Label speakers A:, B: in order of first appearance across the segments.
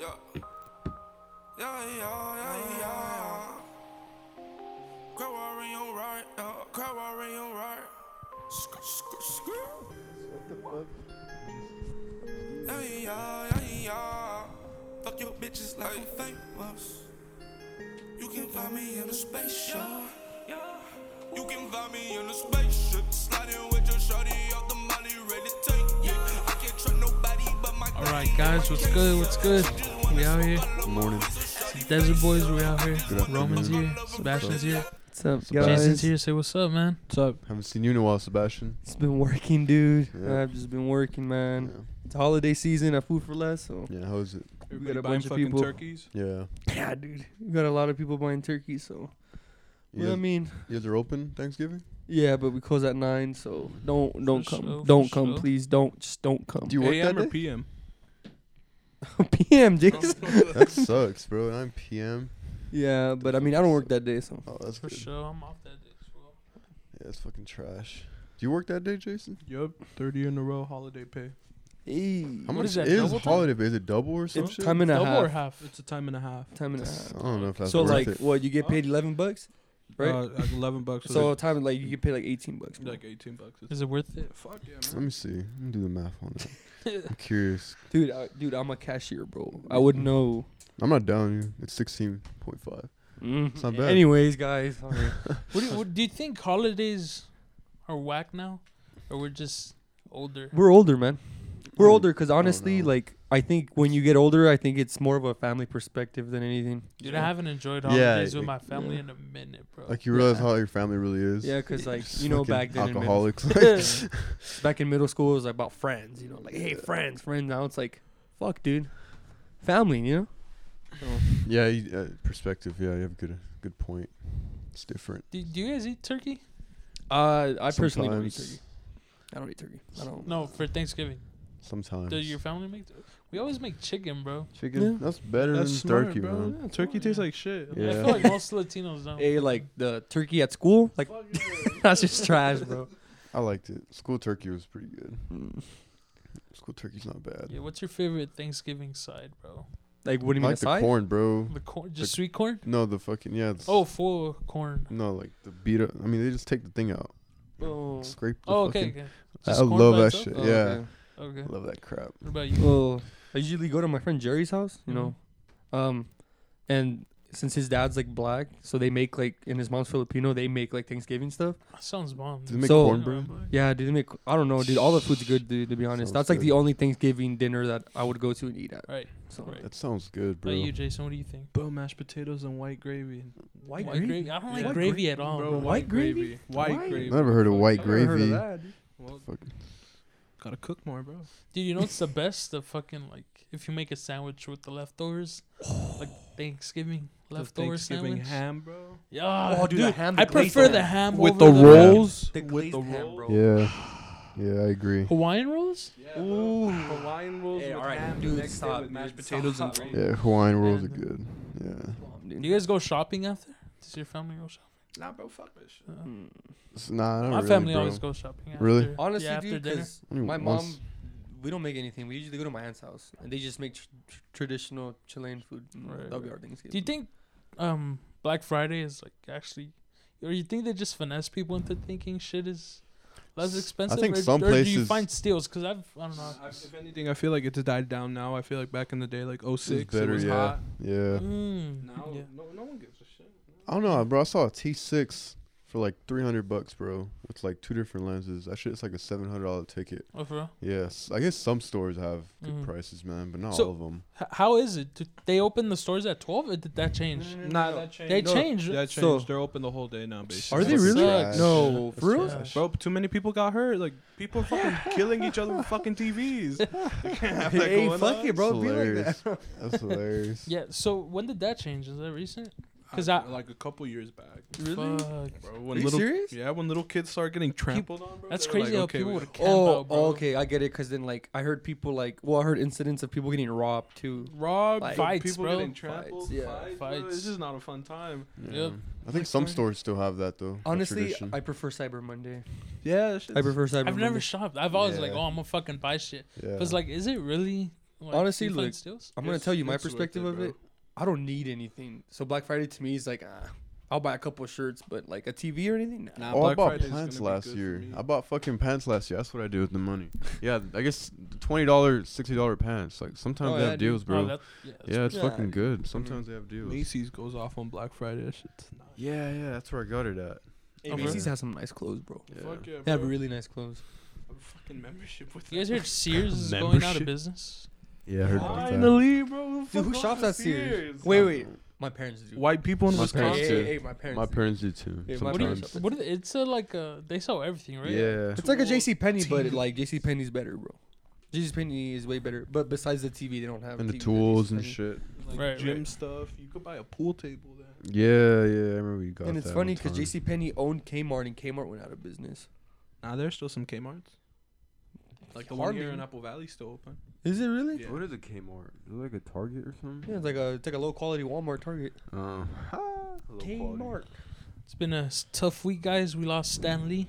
A: Yeah. Yeah, yeah, yeah, yeah. Crowd war in your right, yeah. Crowd war in your right. Sk- sk- sk- Yeah, yeah, yeah, yeah. Fuck your bitches like I'm famous. You can find me in a spaceship. You can find me in a spaceship. Sliding with your shorty off the molly, ready to take it. I can't trust nobody but my
B: All right, guys, what's good? What's good? We out here.
C: Morning.
B: Desert Boys, we out here.
C: Good afternoon.
B: Roman's here. Sebastian's here.
D: What's up,
C: Guys.
B: Jason's here. Say what's up, man.
D: What's up?
C: Haven't seen you in a while, Sebastian.
D: It's been working, dude.
C: Yeah.
D: I've just been working, man.
C: Yeah.
D: It's holiday season. I food for less, so
C: Yeah, how is it?
E: Everybody
D: got a
E: buying
D: bunch of
E: fucking
D: people.
E: turkeys.
C: Yeah.
D: yeah, dude. We got a lot of people buying turkey, so
C: You,
D: well, I
C: guys,
D: mean,
C: you guys are open Thanksgiving?
D: yeah, but we close at nine, so don't don't come,
B: sure, for
D: don't come,
B: sure.
D: please, don't just don't come.
C: Do you work that
E: AM or
C: day?
E: PM?
D: PM, Jason.
C: that sucks, bro. 9 p.m.
D: yeah, but I mean, I don't work that day, so
C: Oh, that's
B: For
C: good.
B: sure, I'm off that day as well.
C: Yeah, that's fucking trash. Do you work that day, Jason?
E: Yup. 30 in a row holiday pay.
D: hey,
C: How
B: What
C: much
B: is that,
C: is
B: double time?
C: holiday? pay? Is it double or some
D: it's
C: shit?
D: time and a
B: Double or
D: half.
B: half?
E: It's a time and a half.
D: Time and a half.
C: I don't know if that's
D: So
C: worth
D: like,
C: it.
D: what you get paid eleven bucks, right?
E: Uh, like 11 bucks. was
D: so time like you get paid like eighteen bucks.
E: like- like 18 bucks.
B: Is it worth it?
E: Fuck yeah,
C: Let me see. Let me do the math on that. I'm curious.
D: Dude, I, dude, I'm a cashier, bro. I would know.
C: I'm not down here. It's 16.5.
D: Mm-hmm.
C: It's not bad.
D: Anyways, guys,
B: What do, you, what, do you think holidays are whack now, or we're just older?
D: we're older, man. We're
C: Oh,
D: older because honestly,
C: no.
D: like I think when you get older, I think it's more of a family perspective than anything.
B: Dude, I haven't enjoyed
C: Yeah,
B: holidays with my
C: like-
B: family
C: yeah.
B: in a minute, bro.
C: Like, you realize
D: Yeah.
C: how your family really is?
D: Yeah, because like
C: Just
D: you know
C: fucking
D: back then, in middle,
C: Alcoholics.
D: back in middle school, it was about friends. You know, like hey, friends, friends. Now it's like, fuck, dude, family. You know.
C: Yeah, you, uh, perspective. Yeah, you have a good good point. It's different.
B: do, do you guys eat turkey?
D: Uh, I personally don't eat turkey.
C: Sometimes-
D: I don't eat turkey. I don't.
B: No, for Thanksgiving.
C: Sometimes.
B: Does your family make? tur- We always make chicken, bro.
C: chicken?
D: Yeah.
C: That's better
E: That's
C: than
E: smart,
C: turkey,
E: bro.
C: man.
E: man. Turkey
B: Yeah.
E: tastes like shit.
B: I
C: Yeah.
B: feel like most Latinos don't.
D: Hey, like the turkey at school, like that's just trash, bro.
C: I liked it. School turkey was pretty good. School turkey's not bad.
B: Yeah, what's your favorite Thanksgiving side, bro?
D: Like, what do you
C: I
D: mean
C: like the
D: aside?
C: corn, bro.
B: The corn, just
C: The-
B: sweet corn.
C: No, the fucking yeah. it's-
B: Oh, full corn.
C: No, like the beat up. I mean, they just take the thing out,
D: Oh.
C: scrape the
B: Oh,
C: fucking.
B: okay, okay.
C: I
B: corn
C: love
B: by
C: that
B: itself?
C: shit.
D: Oh,
C: yeah,
D: okay.
B: Okay.
C: I love that crap.
B: What about you?
D: Well, I usually go to my friend Jerry's house, you know, um, and since his dad's like black, so they make like, and his mom's Filipino, they make like Thanksgiving stuff.
B: That sounds bomb.
C: Do they make
D: So-
C: cornbread?
D: Yeah, dude, they make. I don't know, dude. All the food's good, dude. To be honest,
C: Sounds
D: that's like the
C: good.
D: only Thanksgiving dinner that I would go to and eat at.
B: Right.
D: So
B: Right.
C: That sounds good,
B: What
C: bro.
B: about you, Jason? What do you think?
E: Bro, mashed potatoes and white gravy.
D: white,
B: I don't
E: Yeah.
B: like
E: White
B: gravy at all.
E: Bro,
B: bro.
E: white,
D: White
E: gravy.
D: gravy?
E: White
D: White?
E: gravy.
C: Never heard of white
D: Never heard of
C: gravy.
D: that, dude.
E: Well,
C: Fuck.
E: gotta cook more, bro.
B: Dude, you know what's the best? The fucking like, if you make a sandwich with the leftovers, like Thanksgiving
E: The
B: leftover
E: Thanksgiving
B: sandwich.
E: ham, bro.
B: Yeah,
D: Oh,
B: dude,
D: dude, the ham, the
B: I
D: glazed
B: prefer
D: ham.
B: the ham
E: With
B: over
E: the
B: the
E: rolls?
D: The
E: With
D: glazed
E: the
D: ham, bro.
E: roll?
C: Yeah, yeah, I agree.
B: Hawaiian rolls.
E: Yeah,
D: Ooh.
E: Hawaiian rolls
D: Hey,
E: with
D: alright,
E: ham.
D: dude,
E: the next day
D: stop,
E: with mashed
D: dude,
E: potatoes
D: stop,
E: and
D: bro.
E: gravy.
C: Yeah, Hawaiian rolls are
B: And-
C: good. Yeah,
B: Do you guys go shopping after? Does your family go shopping?
E: Nah, bro, fuck this shit.
B: Uh,
D: Mm.
C: It's- nah, I don't
B: my
C: really,
B: family
C: bro.
B: always goes shopping. After,
C: Really?
B: yeah,
D: Honestly,
B: after
D: dude,
B: dinner.
D: 'cause
C: Only
D: my
C: once.
D: mom, we don't make anything. We usually go to my aunt's house, and they just make tr- tr- traditional Chilean food. Mm,
B: Right,
D: That'll be
B: right.
D: our Thanksgiving.
B: Do you think um Black Friday is like actually, or you think they just finesse people into thinking shit is less expensive?
C: think
B: or,
C: some
B: or do you
C: places-
B: find steals? Because I've I don't know.
E: I, if anything, I feel like it's died down now. I feel like back in the day, like 06,
C: It's
E: it
C: better,
E: was
C: yeah.
E: hot.
C: Yeah.
B: Mm,
E: Now,
B: yeah.
E: no, no one gives a shit.
C: I don't know, bro. I saw a T6 for like 300 bucks, bro, with like two different lenses. That shit is like a $700 ticket.
B: Oh, for real?
C: Yes. I guess some stores have good
B: Mhm.
C: prices, man, but not
B: So-
C: all of them.
B: H- how is it? Did they open the stores at twelve, or did that change?
E: Nah, that changed.
B: They changed.
E: That changed.
D: So-
E: They're open the whole day now, basically.
D: Are they
C: That's
D: really?
C: trash.
D: No, for real?
B: trash.
E: Bro, too many people got hurt. Like people are fucking killing each other with fucking TVs. You can't have that
D: Hey,
E: going
D: fuck
E: on.
D: it, bro.
C: That's
D: Be like
C: hilarious.
D: that.
C: That's hilarious.
B: Yeah. So when did that change? Is that recent? 'Cause I-
E: Uh, like a couple years back,
B: Fuck.
E: bro. When
D: Are you
E: little,
D: serious?
E: yeah, when little kids start getting trampled on, bro.
B: That's
E: they were
B: crazy
E: like,
B: how
E: okay,
B: people
E: we-
B: would camp
D: Oh,
B: out, bro.
D: oh, okay, I get it. Cause then, like, I heard people like, well, I heard incidents of people getting robbed too.
E: robbed,
D: Like-
B: Fights,
E: people
B: bro.
E: getting trampled,
D: Fights, yeah.
E: bro.
B: Fights.
E: This is not a fun time.
C: Yeah.
B: Yep.
C: I think some stores still have that, though. that
D: Honestly,
C: tradition.
D: I prefer Cyber Monday.
E: Yeah,
D: I prefer Cyber
B: I've
D: Monday.
B: never shopped. I've always like,
C: Yeah.
B: oh, I'm gonna fucking buy shit.
C: yeah.
B: Cause like, is it really Like,
D: Honestly,
B: you find
D: like,
B: steals?
D: I'm gonna
E: It's-
D: tell you my
E: it's worth
D: perspective
E: it,
D: of
E: bro.
D: it. I don't need anything. So Black Friday to me is like, ah, I'll buy a couple of shirts, but like a TV or anything, nah.
C: Oh, I
E: Black
C: bought
E: Friday's gonna
C: pants
E: be
C: last
E: good for
C: year.
E: me.
C: I bought fucking pants last year. That's what I do with the money. Yeah, I guess twenty dollars, sixty dollar pants. Like sometimes
D: Oh,
C: they
D: yeah,
C: have
D: dude.
C: deals, bro.
B: Oh, that, yeah, that's
C: yeah, it's
D: yeah.
C: fucking good. Sometimes they have deals.
E: Macy's goes off on Black Friday. That shit's nuts.
C: Yeah, yeah, that's where I got it at.
E: Hey,
B: Okay.
D: Macy's has some nice clothes, bro.
C: Yeah.
E: Fuck yeah,
D: They
E: bro.
D: have really nice clothes.
E: A fucking membership with
B: You guys
E: that.
B: heard Sears is going out of
C: Membership?
B: business?
C: Yeah, I heard about that.
E: Finally, bro. Who, the
D: Dude,
E: fuck
D: who
E: goes
D: shops
E: to
D: at Sears? Wait, wait. My parents do.
E: White people in
C: My
E: Wisconsin.
C: parents
D: Hey,
C: do.
D: hey, hey, my parents.
C: My
D: do.
C: parents do too.
D: Yeah, my
B: What do you?
C: sometimes.
D: parents-
B: What? Are the, it's a like a they sell everything, right?
C: Yeah.
D: It's like a
E: Well,
D: JC Penney, but
E: TV.
D: like JC Penney's better, bro. JC Penney is way better. But besides the TV, they don't have
C: And
D: a
C: the
D: TV at
C: tools and
D: JCPenney.
C: shit.
E: Like
B: Right,
E: gym
B: right.
E: stuff. You could buy a pool table there.
C: Yeah, yeah, I remember you got
D: And it's
C: that
D: funny
C: one
D: because
C: time.
D: JC Penney owned Kmart and Kmart went out of business.
E: Nah, there's still some Kmart's. Like the one
D: Hardly.
E: here in Apple Valley still open.
D: Is it really?
E: Yeah.
C: What is a Kmart? Is it like a Target or something?
D: Yeah, it's like a it's like a low quality Walmart Target.
C: Um, low quality.
D: Kmart.
B: It's been a s- tough week, guys. We lost Stan Lee,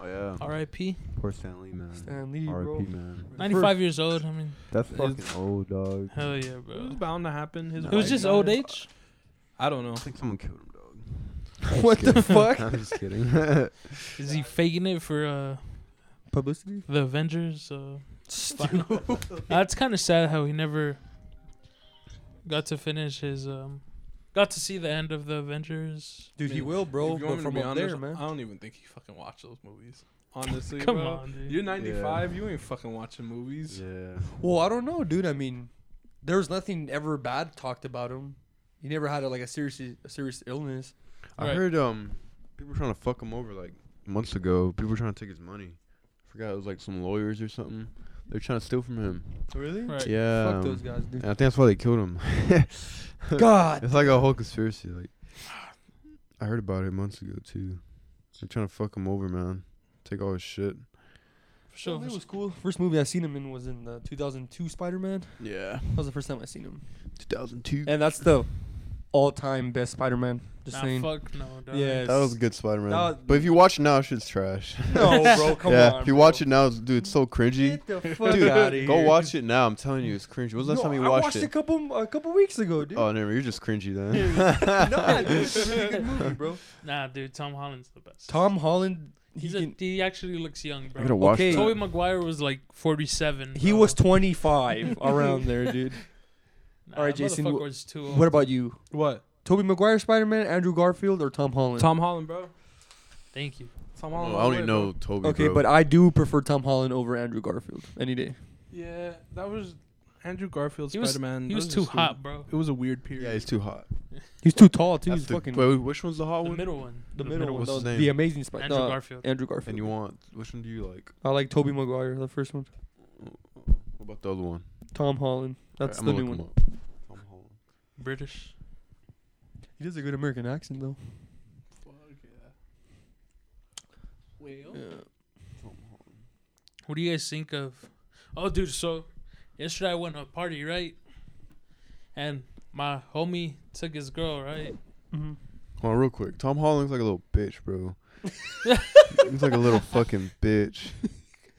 C: Oh yeah.
B: R.I.P.
C: Poor Stanley man.
D: Stan Lee, bro.
C: R.I.P. Man.
B: Ninety-five years old. I mean,
C: That's
E: It's-
C: fucking old dog.
B: hell yeah,
E: It was
B: bro.
E: bound to happen. His
C: It
B: It was
E: wife
B: just
E: died.
B: old age.
E: I don't know.
C: I think someone killed him, dog.
D: What the fuck?
C: I'm just kidding. yeah,
B: Is he faking it for uh,
D: Publicity.
B: the Avengers? Uh, final? That's kind of sad how he never got to finish his um, got to see the end of the Avengers.
D: Dude, he
E: Man,
D: will, bro.
E: If you
D: But
E: want me to
D: from
E: be
D: up
E: honest,
D: there, man.
E: I don't even think he fucking watched those movies. Honestly,
B: Come
E: bro.
B: on, dude.
E: You're 95. You ain't fucking watching movies.
D: Well, I don't know, dude. I mean, there was nothing ever bad talked about him. He never had a, like a serious a serious illness.
C: I
B: Right.
C: heard um people were trying to fuck him over like months ago. People were trying to take his money. I forgot it was like some lawyers or something. They're trying to steal from him.
D: Really?
B: Right.
C: Yeah.
D: Fuck
C: um,
D: those guys,
C: And
D: dude.
C: I think that's why they killed him.
D: God.
C: It's like a whole conspiracy. Like, I heard about it months ago too. They're trying to fuck him over, man. Take all his shit.
B: For sure.
D: it
B: for
D: was cool. First movie I seen him in was in the 2002 Spider-Man.
C: Yeah.
D: That was the first time I seen him,
C: 2002.
D: and that's the all-time best Spider-Man. Just
B: Nah,
D: saying.
B: fuck no. Dog.
D: Yes.
C: That was a good Spider-Man.
D: That was-
C: but if you watch it now, shit's trash.
D: No, bro. Come
C: yeah.
D: on.
C: if you
D: bro.
C: watch it now, it's, dude, it's so cringy.
D: Get the fuck out of here.
C: Dude, go watch it now. I'm telling you, it's cringy. When was the last
D: No,
C: time you
D: I
C: watched,
D: watched
C: it?
D: a couple a couple weeks ago, dude.
C: Oh, never. You're just cringy then.
D: no, dude, it's a really good movie, bro.
B: Nah, dude. Tom Holland's the best.
D: Tom Holland. He,
B: He's a,
D: can-
B: he actually looks young, bro.
C: I gotta watch
D: Okay.
C: that.
B: Tobey Maguire was like 47.
D: he
B: bro.
D: was 25 around there, dude.
B: Nah,
D: Alright, Jason,
B: motherfucker
D: wh-
B: was too old.
D: What about you?
E: What?
D: Toby Maguire, Spider Man, Andrew Garfield, or Tom Holland?
E: Tom Holland, bro.
B: Thank you.
E: Tom
C: Oh,
E: Holland.
C: I
E: all
C: only
E: the way,
C: know
E: bro.
C: Toby.
D: Okay,
C: bro.
D: but I do prefer Tom Holland over Andrew Garfield any day.
E: Yeah, that was Andrew Garfield
B: He was-
E: Spider-Man.
B: He
E: That
B: was
E: just
B: too
E: a-
B: hot, bro.
E: It was a weird period.
C: yeah, he's too hot.
D: He's too tall too.
C: That's
D: He's
C: the-
D: fucking
C: wait, which one's the hot
B: The
C: one?
B: middle one.
C: the
D: the middle
C: middle
D: one.
C: one's
D: The,
C: the name?
D: the Amazing Spider.
B: Andrew
D: Andrew,
B: Garfield.
D: Andrew Garfield.
C: And you want which one do you like?
D: I like Toby Maguire, the first one.
C: What about the other one?
D: Tom Holland. That's
C: Alright,
D: the
C: I'ma
D: new
C: look
D: one.
C: 'em up. Tom Holland.
B: British.
D: He does a good American accent though.
E: Fuck yeah. Well,
B: What do you guys think of? Oh, dude. So yesterday I went to a party, right? And my homie took his girl, right?
C: Hold on, real quick. Tom Holland looks like a little bitch, bro. He's like a little fucking bitch.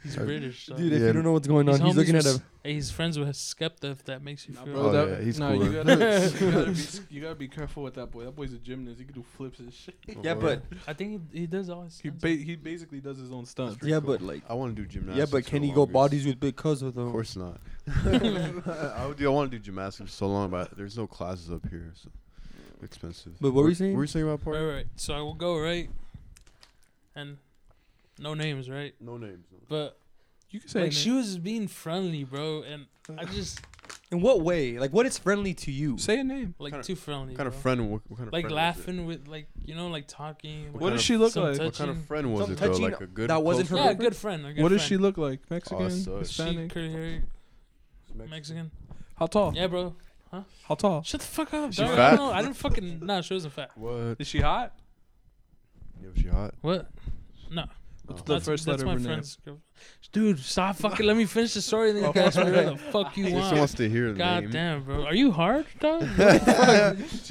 B: He's
C: Uh,
B: British. So.
D: Dude,
C: Yeah.
D: if you don't know what's going on,
B: He's
D: he's,
B: homies
D: looking at
B: with
D: a.
B: S- Hey, he's friends with Skepta. If that makes you
E: Nah,
B: feel.
E: bro,
C: Oh,
E: that,
C: yeah, he's
E: nah, you
C: cooler.
E: gotta, you, gotta be, you gotta be careful with that boy. That boy's a gymnast. He can do flips and shit.
D: Yeah, but
B: I think he, he does all his.
E: He
B: stunts.
E: ba- he basically does his own stunts.
D: yeah, but like.
C: I want to do gymnastics.
D: Yeah, but
C: for
D: can
C: the
D: he go
C: longest.
D: bodies with big cuz though?
C: Of course not. I would do. I want to do gymnastics for so long, but there's no classes up here, so expensive.
D: But what were you saying?
C: What were you saying about
B: Right,
C: party?
B: right. So I will go right, and no names, right?
C: No names. No.
B: But
E: you can say
B: like she was being friendly, bro, and I just
D: In what way? Like, what is friendly to you?
E: Say a name.
B: like
C: Kinda-
B: too friendly.
C: What kind of
B: bro.
C: friend? What, what kind of
B: Like
C: friend was it?
B: laughing with like you know like talking.
E: What,
C: kind
E: does
C: of-
E: she look
B: some
E: like?
B: touch-
C: What kind of
B: touching-
C: friend was
D: Some
C: it though?
D: touching-
C: Like a good.
D: that wasn't
C: close
B: yeah,
D: her
C: friend?
D: boyfriend?
B: good friend. A good
E: What does she
B: friend.
E: look like? Mexican,
C: sucks.
B: She
E: Hispanic,
B: curly hair,
C: Mexican.
B: Mexican.
E: how tall?
B: Yeah, bro.
E: How tall?
B: Shut the fuck up.
C: She
B: dog. I
C: fat?
B: don't know. I didn't fucking. Nah, she wasn't fat.
C: What?
E: Is she hot?
C: Yeah, was she hot?
B: What? No.
C: What's
E: the
B: that's,
E: first
B: that's
E: letter
B: my
E: of her name?
B: friend's girl. Dude, stop fucking. let me finish the story. Then you can ask me whatever the fuck you
C: She just
B: want.
C: wants to hear the
B: God
C: name.
B: damn, bro. Are you hard, dog?
C: you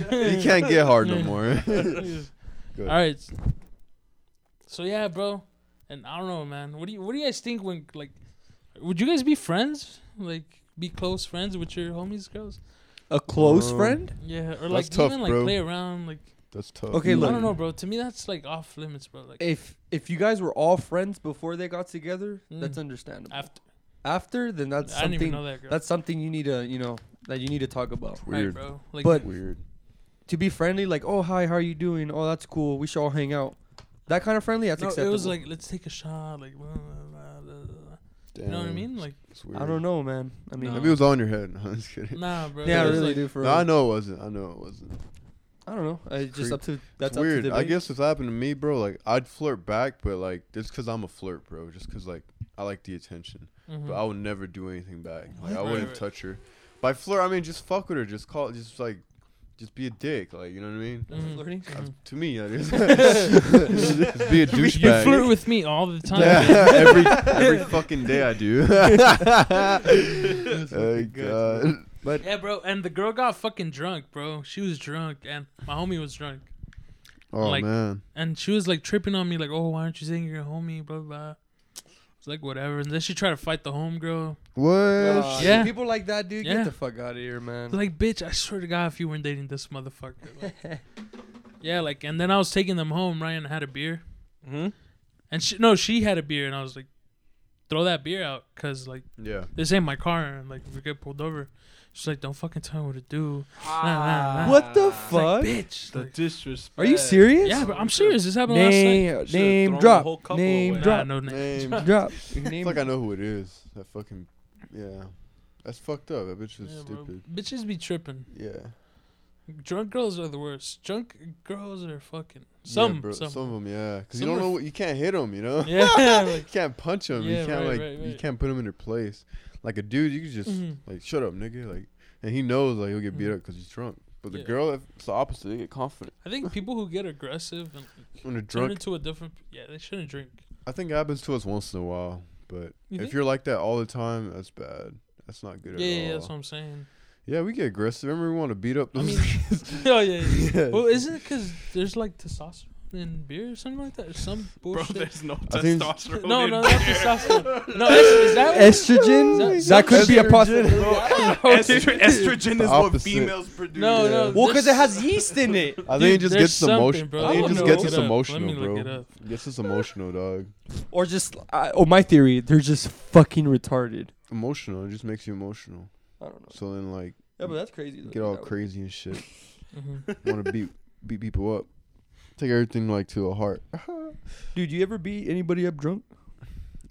C: can't get hard no more.
B: All right. So yeah, bro. And I don't know, man. What do you What do you guys think when like? Would you guys be friends? Like, be close friends with your homies, girls?
D: A close
C: Um,
D: friend?
B: Yeah, or like
C: tough,
B: even like
C: bro.
B: play around. Like
C: That's tough.
D: Okay,
B: I
D: look.
B: don't know, bro. To me, that's like off limits, bro. Like
D: If if you guys were all friends before they got together,
B: Mm.
D: that's understandable.
B: after
D: After, then that's
B: I didn't even know
D: something
B: that girl.
D: that's something you need to you know that you need to talk about.
B: Right,
C: Weird.
B: bro. Like,
D: But-
C: Weird.
D: To be friendly, like oh hi, how are you doing? Oh that's cool. We should all hang out. That kind of friendly, that's
B: no,
D: acceptable.
B: it was like let's take a shot. Like blah, blah, blah, blah, blah.
C: Damn.
B: you know what I mean? Like
C: It's weird.
D: I don't know, man. I mean,
B: No.
C: Maybe it was all in your head. No, I'm just kidding.
B: nah, bro.
D: yeah, I
B: it was
D: really,
B: like-
D: do. For
C: No, I know it wasn't. I know it wasn't.
D: I don't know. I just up to that's
C: That's
D: up to
C: weird. I
D: debate.
C: guess if that happened to me, bro, like I'd flirt back, but like just because I'm a flirt, bro, just because like I like the attention,
B: Mhm.
C: but I would never do anything back. Like I
B: Right,
C: wouldn't
B: right.
C: touch her. By flirt, I mean just fuck with her, just call, just like, just be a dick, like you know what I mean.
D: That's
B: Mhm.
D: flirting?
B: Mhm.
C: Uh, To me, that is just be a
B: You
C: douchebag.
B: flirt with me all the time.
C: Yeah, every every fucking day I do. oh
D: fucking good, bro.
C: god.
D: But
B: Yeah, bro, and the girl got fucking drunk, bro. She was drunk, and my homie was drunk,
C: Oh
B: Like-
C: man.
B: and she was like tripping on me, like, "Oh, why aren't you saying you're a homie?" Blah blah. It's like whatever, and then she tried to fight the homegirl.
C: What?
D: uh,
B: Yeah.
D: people like that, dude,
B: Yeah.
D: get the fuck out of here, man.
B: Like, bitch, I swear to God, if you weren't dating this motherfucker, like- yeah, like, and then I was taking them home. Ryan had a beer,
E: Mm-hmm.
C: Hmm?
B: and she, no, she had a beer, and I was like, "Throw that beer out, cause like
C: yeah.
B: this ain't my car, and like if we get pulled over." She's like, "Don't fucking tell me what to do." Nah, nah, nah.
D: what the
B: It's like,
D: fuck?
B: bitch?
E: Ah. The
B: Like,
E: disrespect.
D: Are you serious?
B: yeah, bro, I'm serious. This happened last night.
D: Name,
E: Should've
D: name
E: thrown the whole
D: drop.
E: couple
D: Name
E: away.
B: Nah,
D: drop.
B: no name.
C: Name.
D: Drop.
C: It's
D: Name.
C: like I know who it is. That fucking yeah. That's fucked up. That bitch was
B: Yeah, bro.
C: stupid.
B: Bitches be tripping.
C: Yeah.
B: Drunk girls are the worst. Drunk girls are fucking some
C: yeah, bro.
B: some.
C: of them, yeah. Because you
B: Some
C: don't
B: are
C: know
B: f-
C: what you can't hit them. You know.
B: Yeah, like,
C: You can't punch them.
B: Yeah,
C: you can't
B: right,
C: like
B: right,
C: you
B: right.
C: can't put them in their place. Like a dude, you can just
B: Mhm.
C: like shut up, nigga. Like, and he knows like he'll get beat
B: Mhm.
C: up because he's drunk. But the
B: Yeah.
C: girl, if it's the opposite. They get confident
B: I think people who get aggressive and like,
C: when they're
B: turn
C: drunk.
B: into a different. Yeah, they shouldn't drink.
C: I think it happens to us once in a while. But
B: You
C: if
B: think?
C: you're like that all the time, that's bad. That's not good
B: yeah,
C: at
B: yeah,
C: all.
B: that's what I'm saying.
C: yeah, we get aggressive. Remember, we want to beat up.
B: I
C: those
B: mean,
C: niggas?
B: oh yeah. yeah.
C: Yeah.
B: Well, isn't it because there's like testosterone in beer or something like that? Or some
E: Bro,
B: bullshit.
E: there's no
C: I think-
E: testosterone.
B: no,
E: in
B: no,
E: me.
B: that's testosterone. No, is, is that what-
D: Estrogen.
B: Is
D: That
B: that-
D: could be a
C: Estrogen.
D: possibility.
E: Estrogen, estrogen
C: The
E: is what
C: opposite.
E: females produce.
B: No, no.
D: Well, because it has yeast in it.
C: I think it
B: Dude,
C: just
B: there's
C: gets emotional.
B: something, bro.
C: I think
D: I
C: it just
D: wanna
C: gets
D: look
C: us
B: it up. Let
C: emotional,
B: me look it
C: bro.
B: up.
C: Gets us emotional, dog.
D: Or just, I, oh, my theory, they're just fucking retarded.
C: Emotional. It just makes you emotional.
D: I don't know.
C: So then, like,
D: Yeah, but that's crazy. though.
C: get all
D: That would-
C: crazy and shit.
B: Mhm.
C: want to beat beat people up. Take everything like to a heart.
D: Dude, you ever beat anybody up drunk?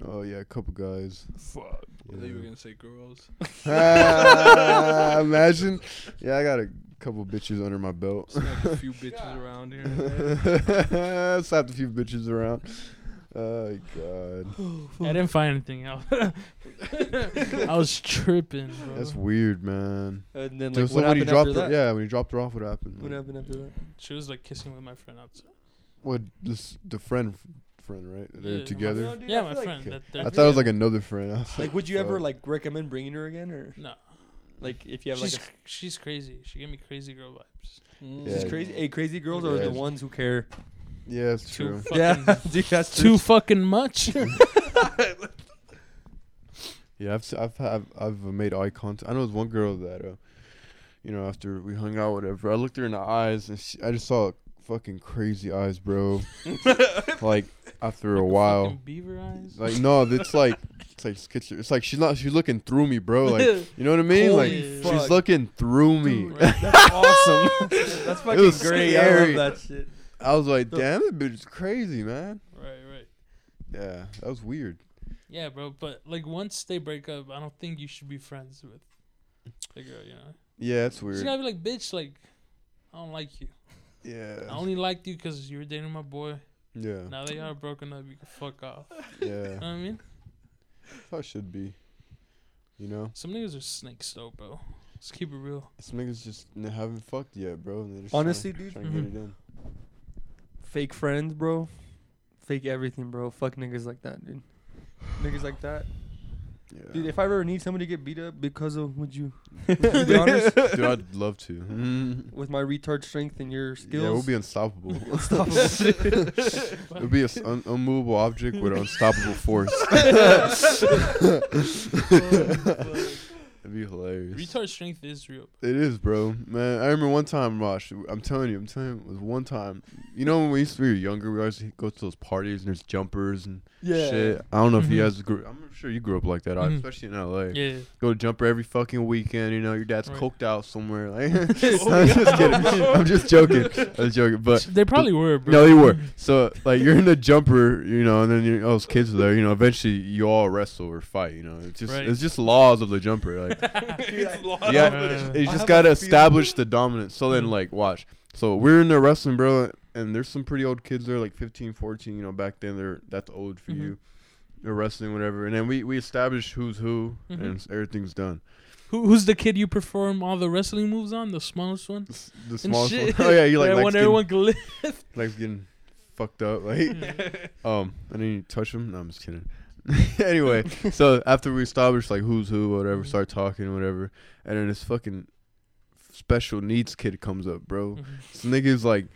C: Oh yeah, a couple guys.
E: Fuck. I thought you were
C: Yeah.
E: gonna say girls.
C: Ah, imagine. Yeah, I got a couple bitches under my belt.
E: Smacked a few bitches around here. and there.
C: Slapped a few bitches around. Oh god,
B: I didn't find anything out. I was tripping, bro.
C: that's weird, man.
D: And then,
C: So
D: like, what
C: when you
D: happened
C: dropped,
D: after
C: her,
D: that?
C: yeah, when you dropped her off, what happened?
D: What
C: Like,
D: happened after that?
B: she was like kissing with my friend outside.
C: What this the friend friend right? They're
B: Yeah, my
C: together.
B: Yeah, my friend.
C: Okay.
B: That,
C: I
B: they're
C: thought it was
B: together.
C: like another friend. I was
D: Like, would you ever
C: fuck.
D: like recommend bringing her again, or
B: no.
D: like if you have like
B: she's,
D: a,
B: she's crazy. She gave me crazy girl vibes.
D: she's
C: Yeah.
D: crazy? Hey, crazy girls are
C: Yeah.
D: the ones who care.
C: Yeah, it's
B: Too
C: true.
B: Fucking-
D: yeah, dude, that's
B: Too fucking much.
C: Yeah, I've s- I've have, I've uh, made eye contact. I know there's one girl that, uh, you know, after we hung out, whatever. I looked her in the eyes, and she, I just saw fucking crazy eyes, bro. like after a while,
B: Fucking beaver eyes.
C: like no, it's like it's like sketchy. It's like she's not. She's looking through me, bro. Like you know what I mean?
D: Holy
C: like
D: fuck.
C: she's looking through me.
B: Dude,
D: that's awesome. that's fucking
C: was
D: great.
C: scary.
D: I love that shit.
C: I was like, damn, that bitch is crazy, man.
B: right, right.
C: Yeah, that was weird.
B: Yeah, bro. But like once they break up, I don't think you should be friends with the girl. You know,
C: Yeah, it's
B: she's
C: weird.
B: gotta be like, bitch. Like, I don't like you. I
C: Yeah,
B: only liked you because you were dating my boy.
C: yeah,
B: Now that y'all are broken up, you can fuck off. You
C: yeah.
B: know what I mean?
C: That's how it should be. You know,
B: Some niggas are snakes though, bro. Let's keep it real.
C: this niggas just n- haven't fucked yet, bro. and they just tryna-
D: Honestly, dude, hmm.
C: tryna get
B: Mhm.
C: it in.
D: fake friends, bro. Fake everything, bro. Fuck niggas like that, dude. Niggas like that,
C: Yeah.
D: dude. If I ever need somebody to get beat up because of, would you? to be honest,
C: Dude, I'd love to.
D: with my retard strength and your skills,
C: Yeah, we'll be unstoppable.
D: unstoppable.
C: It'll be an un- unmovable object with unstoppable force. It'd That'd be hilarious.
B: Retard strength is real.
C: It is, bro. Man, I remember one time, Rosh. I'm telling you, I'm telling you, it was one time. You know, when we used to be younger, we always go to those parties and there's jumpers and
D: Yeah. Mm-hmm.
C: shit. I don't know if you
B: Mhm.
C: guys grew. I'm sure you grew up like that,
B: Mhm.
C: especially in LA.
B: Yeah.
C: Go to jumper every fucking weekend. You know, your dad's
B: Right.
C: coked out somewhere. Like, I'm just kidding. I'm just joking. I'm joking. But
B: They probably were, bro.
C: no, you were. So like you're in the jumper, you know, and then you all those kids are there. You know, eventually you all wrestle or fight. You know, it's just
B: Right.
C: it's just laws of the jumper. Like yeah,
B: Uh,
C: you
E: I
C: just
E: have
C: gotta
E: a feeling- Mm-hmm.
C: establish the dominance. So then,
B: Mm.
C: like, watch. So we're in there wrestling, bro, and there's some pretty old kids there, like 15, 14. You know, back then they're that's old for
E: Mm-hmm.
B: Mhm.
C: you. They're wrestling, whatever, and then we we establish who's who,
B: Mhm.
E: Mm-hmm.
C: and s- everything's done.
B: Who, who's the kid you perform all the wrestling moves on? The smallest one.
C: The, s- the
B: And
C: smallest one.
B: shit.
C: Oh yeah, you like
B: That
C: likes
B: one
C: getting,
B: everyone can live.
C: likes getting fucked up, like um, and then you touch him. No, I'm just kidding. anyway, so after we establish like who's who, whatever,
B: Mhm.
C: start talking, whatever, and then this fucking special needs kid comes up, bro.
B: Hmm.
C: This nigga's like,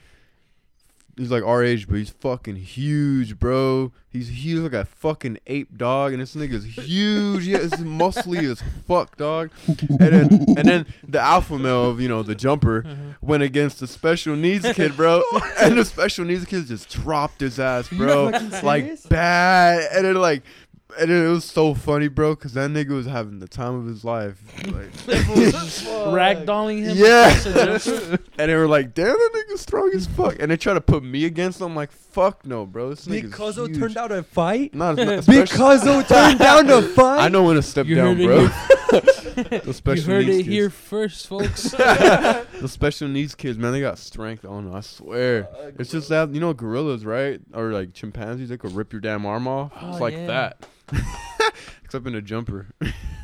C: he's like our age, but he's fucking huge, bro. He's huge like a fucking ape dog, and this nigga's huge. yeah, it's muscly as fuck, dog. And then, and then the alpha male of you know the jumper
B: Uh-huh.
C: went against the special needs kid, bro, and the special needs kid just dropped his ass, bro, like bad, and then like. And then it was so funny, bro, because that nigga was having the time of his life. Like,
B: Ragdolling him.
C: yeah. and they were like, damn, that nigga's strong as fuck. And they try to put me against them. I'm like, fuck no, bro. This nigga's
D: Because
C: huge.
D: it turned out a fight.
C: Not, not especially-
D: Because it turned down a fight.
C: I know when to step
B: You
C: down,
B: heard it
C: bro.
B: here-
C: the
B: you
C: special
B: heard
C: needs
B: it
C: kids.
B: here first, folks.
C: The special needs kids, man, they got strength on them, I swear.
D: Uh,
C: it's just that, you know, gorillas, right? Or like chimpanzees, they could rip your damn arm off.
B: Oh,
C: it's like
B: yeah.
C: that. Except in a jumper.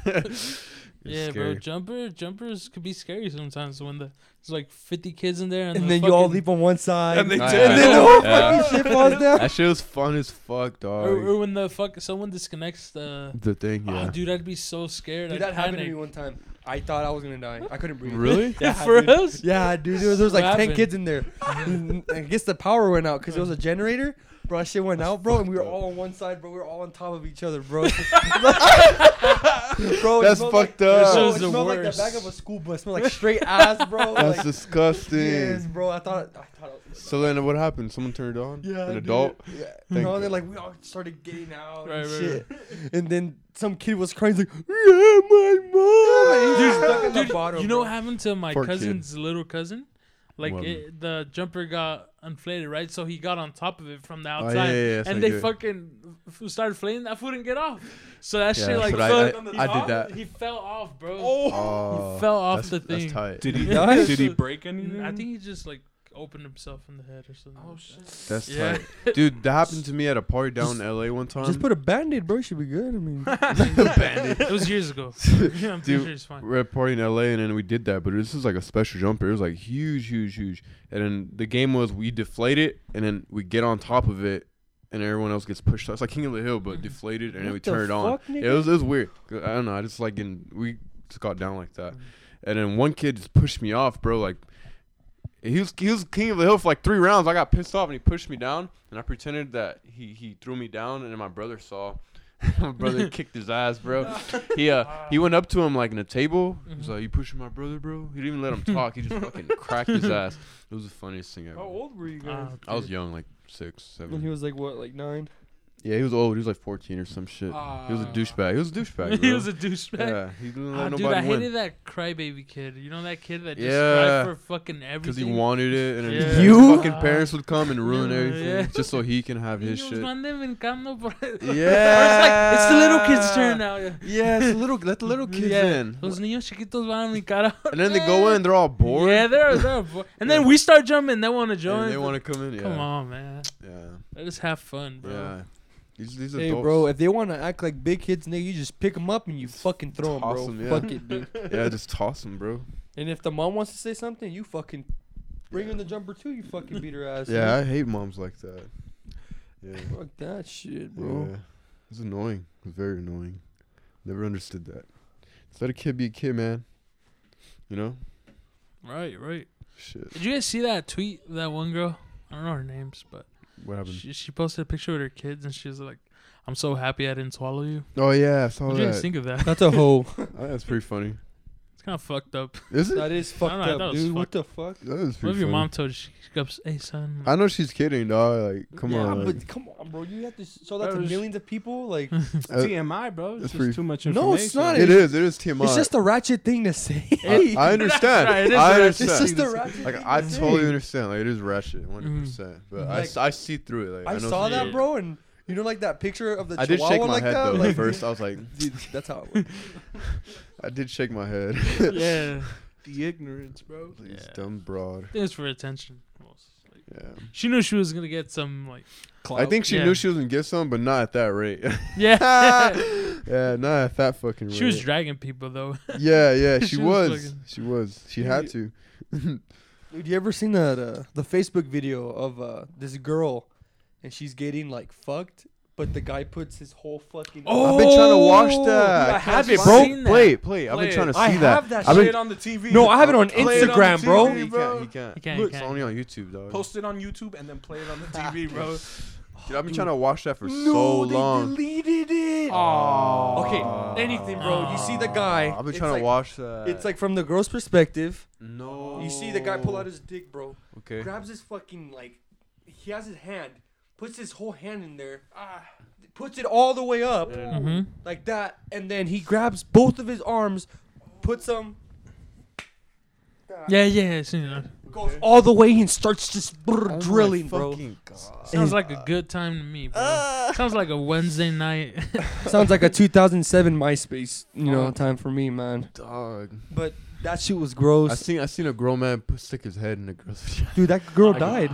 C: It's
B: yeah, bro.
C: scary.
B: Jumper, jumpers could be scary sometimes when the there's like 50 kids in there and,
D: And
B: the
D: then you all
B: fucking-
D: leave on one side.
E: And they
C: Nah,
E: did.
C: yeah.
D: And then the whole
C: Yeah.
D: fucking shit falls down.
C: That shit was fun as fuck, dog.
B: Or, or when the fuck someone disconnects the.
C: the thing, yeah.
B: Oh, dude, I'd be so scared.
D: Dude,
B: I'd
D: that happened to
B: panic.
D: me one time. I thought I was gonna die. I couldn't breathe.
C: really?
D: Yeah,
B: For
D: dude.
B: us?
D: Yeah, dude. There was, there was like
B: What
D: ten
B: happened?
D: kids in there. And I guess the power went out because it was a generator. Bro, that shit went out, bro, and we were all on one side, bro. We were all on top of each other, bro. bro, it
C: That's
D: smelled
C: fucked
D: like,
C: up.
D: Bro,
B: This
D: it
B: is the
D: smelled like the
B: worst.
D: back of a school bus. It smelled like straight ass, bro.
C: That's
D: like,
C: disgusting.
D: yes, bro. I thought. I thought. I was,
C: So then what happened? Someone turned it on?
D: yeah,
C: An
D: dude.
C: adult?
D: Yeah.
C: Thank
D: No,
C: God.
D: then like we all started getting out
B: Right,
D: and
B: right,
D: shit, and then some kid was crying. He's like, "Yeah, my mom." He's stuck in
B: Dude,
D: the bottom.
B: you know
D: bro.
B: what happened to my
C: Poor kid.
B: cousin's little cousin? Like
C: What
B: it, the jumper got inflated, right? So he got on top of it from the
C: Oh, yeah,
B: outside,
C: yeah, yeah, that's
B: and
C: not
B: they
C: good.
B: fucking f- started flaying. That wouldn't get off. So that
C: Yeah,
B: shit,
C: that's
B: like,
C: what I-
B: fell-
C: I-
B: he
C: I did
B: fell-
C: that.
B: He fell off, bro.
C: Oh,
B: He fell off
C: that's,
B: the thing.
C: That's tight.
E: Did he?
D: Nice.
E: Did he break anything?
B: Mm, I think he just like opened himself in the head or something.
E: Oh
B: like that.
E: shit.
C: That's
B: Yeah.
C: tight. Dude, that happened to me at a party down
D: Just-
C: in LA one time.
D: Just put a band-aid, bro. You should be good. I mean,
B: It was years ago. I'm pretty
C: Dude,
B: sure it's fine.
C: we're at a party in LA and then we did that, but this is like a special jumper. It was like huge, huge, huge. And then the game was we deflate it and then we get on top of it and everyone else gets pushed off. It's like King of the Hill, but deflated and then we
D: What the
C: turn it on.
D: fuck,
C: It
D: nigga?
C: was, it was weird. 'Cause I don't know. I just like, in, we just got down like that. And then one kid just pushed me off, bro. Like, he was, he was king of the hill for like three rounds. I got pissed off and he pushed me down. And I pretended that he, he threw me down. And then my brother saw. my brother kicked his ass, bro. He uh, he went up to him like in a table. He's
B: Mm-hmm.
C: like, "You pushing my brother, bro?" He didn't even let him talk. He just fucking cracked his ass. It was the funniest thing ever.
E: How old were you guys?
B: Ah,
C: I was
B: dude.
C: young, like six,
D: and he
B: Mm-hmm.
C: seven.
D: was like, what, like nine?
C: Yeah, he was old. He was like fourteen or some shit. he was a
E: Ah.
C: douchebag. He was a douchebag.
B: he
C: bro.
B: was a douchebag.
C: yeah. He didn't let
B: Ah,
C: Uh, nobody
B: dude, I
C: win.
B: hated that crybaby kid. You know that kid that just
C: Yeah.
B: cried for fucking everything.
C: Because he wanted it, and
B: Yeah.
C: his
D: You?
C: fucking parents would come and ruin
B: Yeah.
C: everything just so he can have his
B: Niños
C: shit.
B: van devencando por- Or it's like,
C: Yeah.
B: it's the little kid's turn now.
C: Yeah, it's the little, let the little kids
B: Yeah.
C: in.
B: Los niños chiquitos van a brincar ahora.
C: And then they go in, they're all bored.
B: Yeah, they're, they're bo- and then
C: Yeah.
B: we start jumping. They want to join.
C: and they want to come in. Yeah.
B: Come on, man.
C: Yeah.
B: Let us have fun, bro.
C: Yeah. These, these
D: Hey,
C: adults.
D: bro, if they want to act like big kids, nigga, you just pick them up and you fucking throw them,
C: toss
D: bro.
C: 'em, yeah.
D: Fuck it, dude.
C: yeah, just toss them, bro.
D: And if the mom wants to say something, you fucking bring in the jumper too. You fucking beat her ass.
C: Yeah, I hate moms like that. Yeah.
D: dude. Fuck that shit, bro.
C: yeah. It's annoying. It's very annoying. Never understood that. Just let a kid be a kid, man. You know?
B: Right, right.
C: Shit.
B: Did you guys see that tweet? That one girl. I don't know her names, but
C: What happened?
B: she, she posted a picture with her kids, and she was like, "I'm so happy I didn't swallow you."
C: Oh, yeah, I saw
B: what do you guys
C: that.
B: think of that?
D: That's a hoe.
C: I think That's pretty funny.
B: kind of fucked up.
C: Is it?
D: That is fucked
B: know, I
D: up,
B: thought it was
D: dude. What the fuck?
C: That is
B: What if
C: pretty
B: your
C: funny.
B: mom told you? She goes, "Hey, son."
C: I know she's kidding, dog. Like, come
D: yeah,
C: on. like,
D: but come on, bro. You have to show that,
E: That
D: to
E: was-
D: millions of people. Like,
C: uh,
E: TMI, bro.
C: that's
E: It's
C: pretty-
E: just too much information.
D: No, it's not.
C: it is. It is TMI.
D: it's just a ratchet thing to say.
C: I, I understand.
B: right, it is
C: I
B: ratchet.
C: understand.
D: it's just a ratchet.
C: like
D: thing
C: I
D: to say.
C: totally understand. Like it is ratchet, one hundred percent. But I
D: Like,
C: s I I, see through it. Like
D: I,
C: I, know
D: saw that,
B: Yeah.
D: bro, and you know, like that picture of the
C: I did
D: chihuahua
C: shake my
D: like
C: head
D: that.
C: though.
D: like
C: at first, I was like,
D: dude, that's how. It went.
C: I did shake my head.
B: yeah,
E: the ignorance, bro.
C: These
B: Yeah.
C: dumb broad.
B: it was for attention. Like,
C: Yeah.
B: she knew she was gonna get some like.
C: I think she
B: Yeah.
C: knew she was gonna get some, but not at that rate.
B: Yeah,
C: yeah, not at that fucking rate.
B: she was dragging people though.
C: yeah, yeah, she,
B: she
C: was.
B: was fucking-
C: She was. She had to.
D: Dude, you ever seen that uh, the Facebook video of uh, this girl, and she's getting like fucked, but the guy puts his whole fucking.
C: I've been trying to
E: Oh,
C: watch
D: I
C: that. I
D: have
C: can't
D: it,
B: bro.
C: find it. Play it, play it. I've been
E: Play it.
C: trying to see
D: I
C: that.
D: have that
C: I've
E: Play
C: been-
E: it on the TV.
D: No, I have it on
E: Play it on the
D: Instagram,
E: TV,
D: bro.
C: You can't. You can't.
B: You can't,
C: Look,
B: you
C: it's
B: can't.
C: only on YouTube, dog.
E: Post it on YouTube and then play it on the TV, bro.
C: Dude, I've been trying to watch that for
D: Mm. no,
C: so
D: they
C: long.
D: deleted it.
C: Aw.
D: Okay, anything, bro. You see the guy.
C: I've been
D: it's
C: trying
D: like,
C: to watch that.
D: It's like from the girl's perspective.
C: no.
D: You see the guy pull out his dick, bro.
C: Okay.
D: Grabs his fucking like, he has his hand, puts his whole hand in there, ah, puts it all the way up
B: hmm
D: like that, and then he grabs both of his arms, puts them,
B: Yeah, yeah, it's, you know,
D: goes all the way and starts just brr,
C: Oh my
D: drilling, bro.
C: fucking God.
B: sounds like a good time to me, bro. sounds like a Wednesday night.
D: Sounds like a 2007 MySpace, you know,
C: Oh.
D: time for me, man.
C: Dog.
D: But that shit was
C: I
D: gross,
C: seen I seen a grown man put, stick his head in a girl's vagina.
D: dude. That girl died.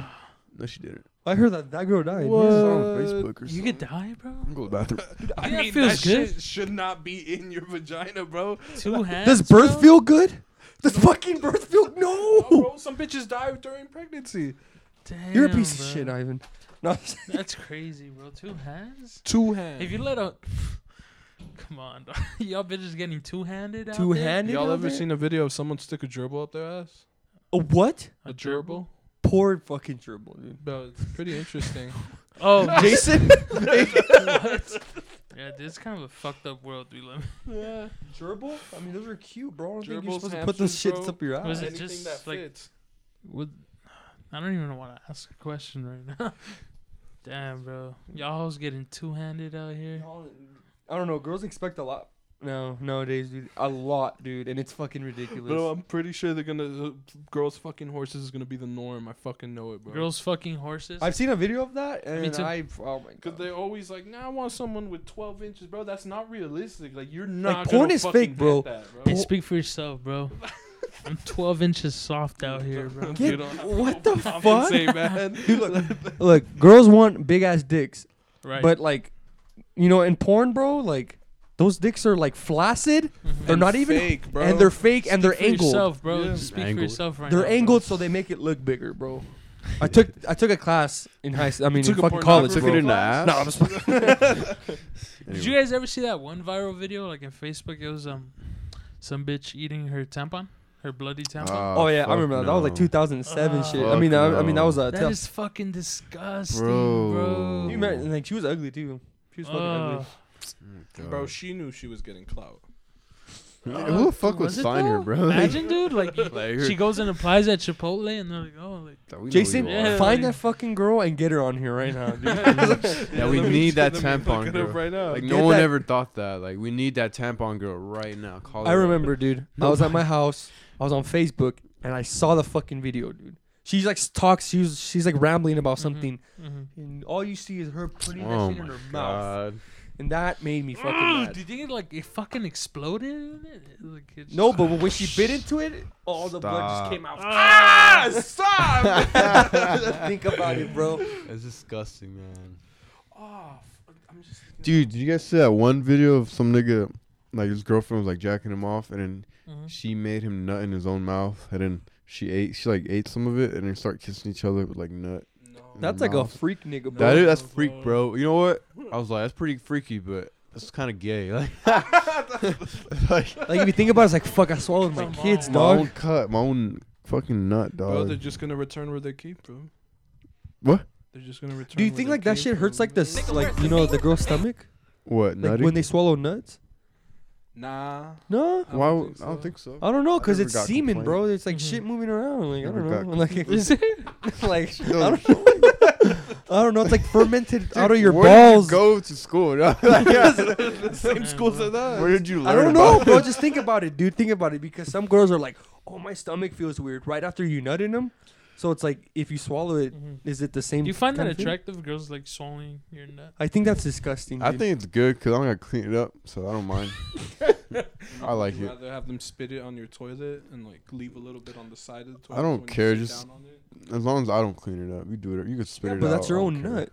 C: No, she didn't.
D: I heard that that girl died.
C: It's
D: yeah.
C: on Facebook or
B: you could die, bro.
C: I'm going to the bathroom.
E: I
B: Yeah, it
E: mean,
B: feels
E: that
B: good.
E: shit should not be in your vagina, bro.
B: Two hands.
D: Does birth
B: bro?
D: feel good? Does fucking birth feel no?
E: No, bro. Some bitches die during pregnancy.
B: Damn,
D: You're a piece
B: bro.
D: of shit, Ivan. No,
B: That's crazy, bro. Two hands.
E: Two hands.
B: If you let a, come on, dog. y'all bitches getting two handed.
D: two handed.
E: Y'all ever seen a video of someone stick a gerbil up their ass?
D: a what?
E: A gerbil?
D: Poor fucking gerbil, dude.
E: Bro, it's pretty interesting.
B: Oh,
D: Jason,
B: what? Yeah, this is kind of a fucked up world we live.
E: yeah.
D: gerbil. I mean, those are cute, bro. I don't think
E: Gerbils,
D: you're supposed to put those
E: hamsters,
D: shits
E: bro.
D: up your ass.
B: Was it
E: Anything
B: just,
E: that
B: like-
E: fits.
B: in. Would I don't even want to ask a question right now. Damn, bro, y'all's getting two handed out here.
D: Y'all- I don't know. Girls expect a lot. No, nowadays, dude, a lot, dude, and it's fucking ridiculous.
E: Bro, I'm pretty sure they're gonna uh, girls fucking horses is gonna be the norm. I fucking know it, bro.
B: Girls fucking horses.
D: I've seen a video of that, and
B: too.
D: I oh my
E: Cause
D: god,
E: they're always like, nah, I want someone with 12 inches, bro. That's not realistic. Like you're not.
D: Like,
E: gonna
D: porn is
E: fucking
D: fake, bro.
E: get That, bro.
B: Hey, speak for yourself, bro. I'm 12 inches soft out here, bro.
D: Get-
E: Dude, I'm-
D: what the
E: I'm
D: fuck?
E: insane, man.
D: Dude, look, look, girls want big ass dicks,
B: Right.
D: but like, you know, in porn, bro, like those dicks are like flaccid. They're
E: And
D: not even,
E: fake, bro.
D: and they're fake, and they're
B: Speak for
D: angled.
B: yourself, bro.
E: Yeah.
B: Speak for
C: Angled.
B: yourself right
D: They're
B: now. bro.
D: angled, so they make it look bigger, bro. I took I took a class in high. s- I mean, in
E: took a
D: fucking college.
E: pornography
D: bro.
E: class?
D: No, I'm just
B: Did you guys ever see that one viral video like in Facebook? It was um some bitch eating her tampon, her bloody
C: Ah,
B: tampon.
D: Oh yeah, I remember that. That was like 2007 shit. I mean, I, I mean, that was a.
B: that is
D: tell-
B: fucking disgusting,
C: Bro.
B: bro.
D: you remember, and, like she was ugly too. She was fucking ugly.
B: Ugh.
E: bro, she knew she was getting clout.
C: Who the fuck would
B: Was it
C: sign her,
B: though?
C: bro?
B: Imagine, dude, like
C: Like,
B: she goes and applies at Chipotle, and they're like, oh, like,
C: we know who
D: Jason,
C: you are.
B: Yeah.
D: find that fucking girl and get her on here right now, dude.
C: Yeah, we
E: let me-
C: need that
E: let me look
C: tampon
E: it
C: girl.
E: up right now.
C: Like
D: Get
C: no one
D: that-
C: ever thought that. Like we need that tampon girl right now. Call
D: I
C: her up.
D: remember, dude. I was at my house. I was on Facebook and I saw the fucking video, dude. She's like talks. She was, she's like rambling about
B: Mhm.
D: something,
B: mhm.
D: and all you see is her putting
C: Oh
D: that shit in
C: my
D: her mouth,
C: God.
D: and that made me fucking
B: Ugh,
D: mad.
B: Do you think it like it fucking exploded? in it? Like, it
D: No,
B: just-
D: but when she bit into it, all the blood just
C: Stop.
D: came out.
B: Ah!
D: Stop! Think about it, bro.
C: That's disgusting, man.
E: Oh, fuck, I'm just thinking
C: Dude, did you guys see that one video of some nigga, like his girlfriend was like jacking him off, and then
B: Mhm.
C: she made him nut in his own mouth, and then she ate, she like ate some of it, and then start kissing each other with like nut.
E: about-
C: in
E: No.
C: their
D: That's like a
C: mouth.
D: freak nigga, bro.
C: That is that's
E: No,
C: freak, bro. You know what? I was like, that's pretty freaky, but that's kind of gay. Like, like
D: like if you think about it, it's like fuck. I swallowed my
B: Come
D: kids,
B: on.
C: my
D: dog.
C: own cut, my own fucking nut, dog.
E: Bro, they're just gonna return where they came from.
C: What?
E: They're just gonna return.
D: Do you
E: where
D: think
E: they
D: like that
E: came
D: shit hurts
E: from.
D: like this, like you know the girl's stomach,
C: what?
D: like
C: nutty?
D: when they swallow nuts?
E: Nah.
D: No,
E: I don't
C: Why? w-
E: think
C: I don't
E: so.
C: think so.
D: I don't know, cause
C: never
D: it's
C: got
D: semen, bro.
C: complained.
D: It's like shit moving around. Like I
C: Never
D: don't
C: got
D: know. Like,
B: mm-hmm. Is it?
D: like
C: Yo,
D: I don't know. I don't know. It's like fermented out of your
C: Where did you
D: balls.
C: go to school. Yeah.
E: Same schools as us.
C: Where did you learn?
D: I don't
C: about
D: know, bro. Just think about it, dude. Think about it because some girls are like, "Oh, my stomach feels weird right after you nut in them." So it's like if you swallow it, is
B: Mhm.
D: it the same?
B: Do you find that
D: kind of thing?
B: attractive? Girls like swallowing your nut.
D: I think that's disgusting.
C: I
D: dude.
C: think it's good because I'm gonna clean it up, so I don't mind. I like
E: You'd
C: it.
E: rather have them spit it on your toilet and like leave a little bit on the side of the
C: I
E: toilet.
C: don't
E: when you
C: care,
E: sit
C: just-
E: down on it.
C: As long as I don't clean it up, you do it. You can spit
D: Yeah,
C: it
D: but
C: out.
D: that's your
C: I don't
D: own
C: care.
D: nut.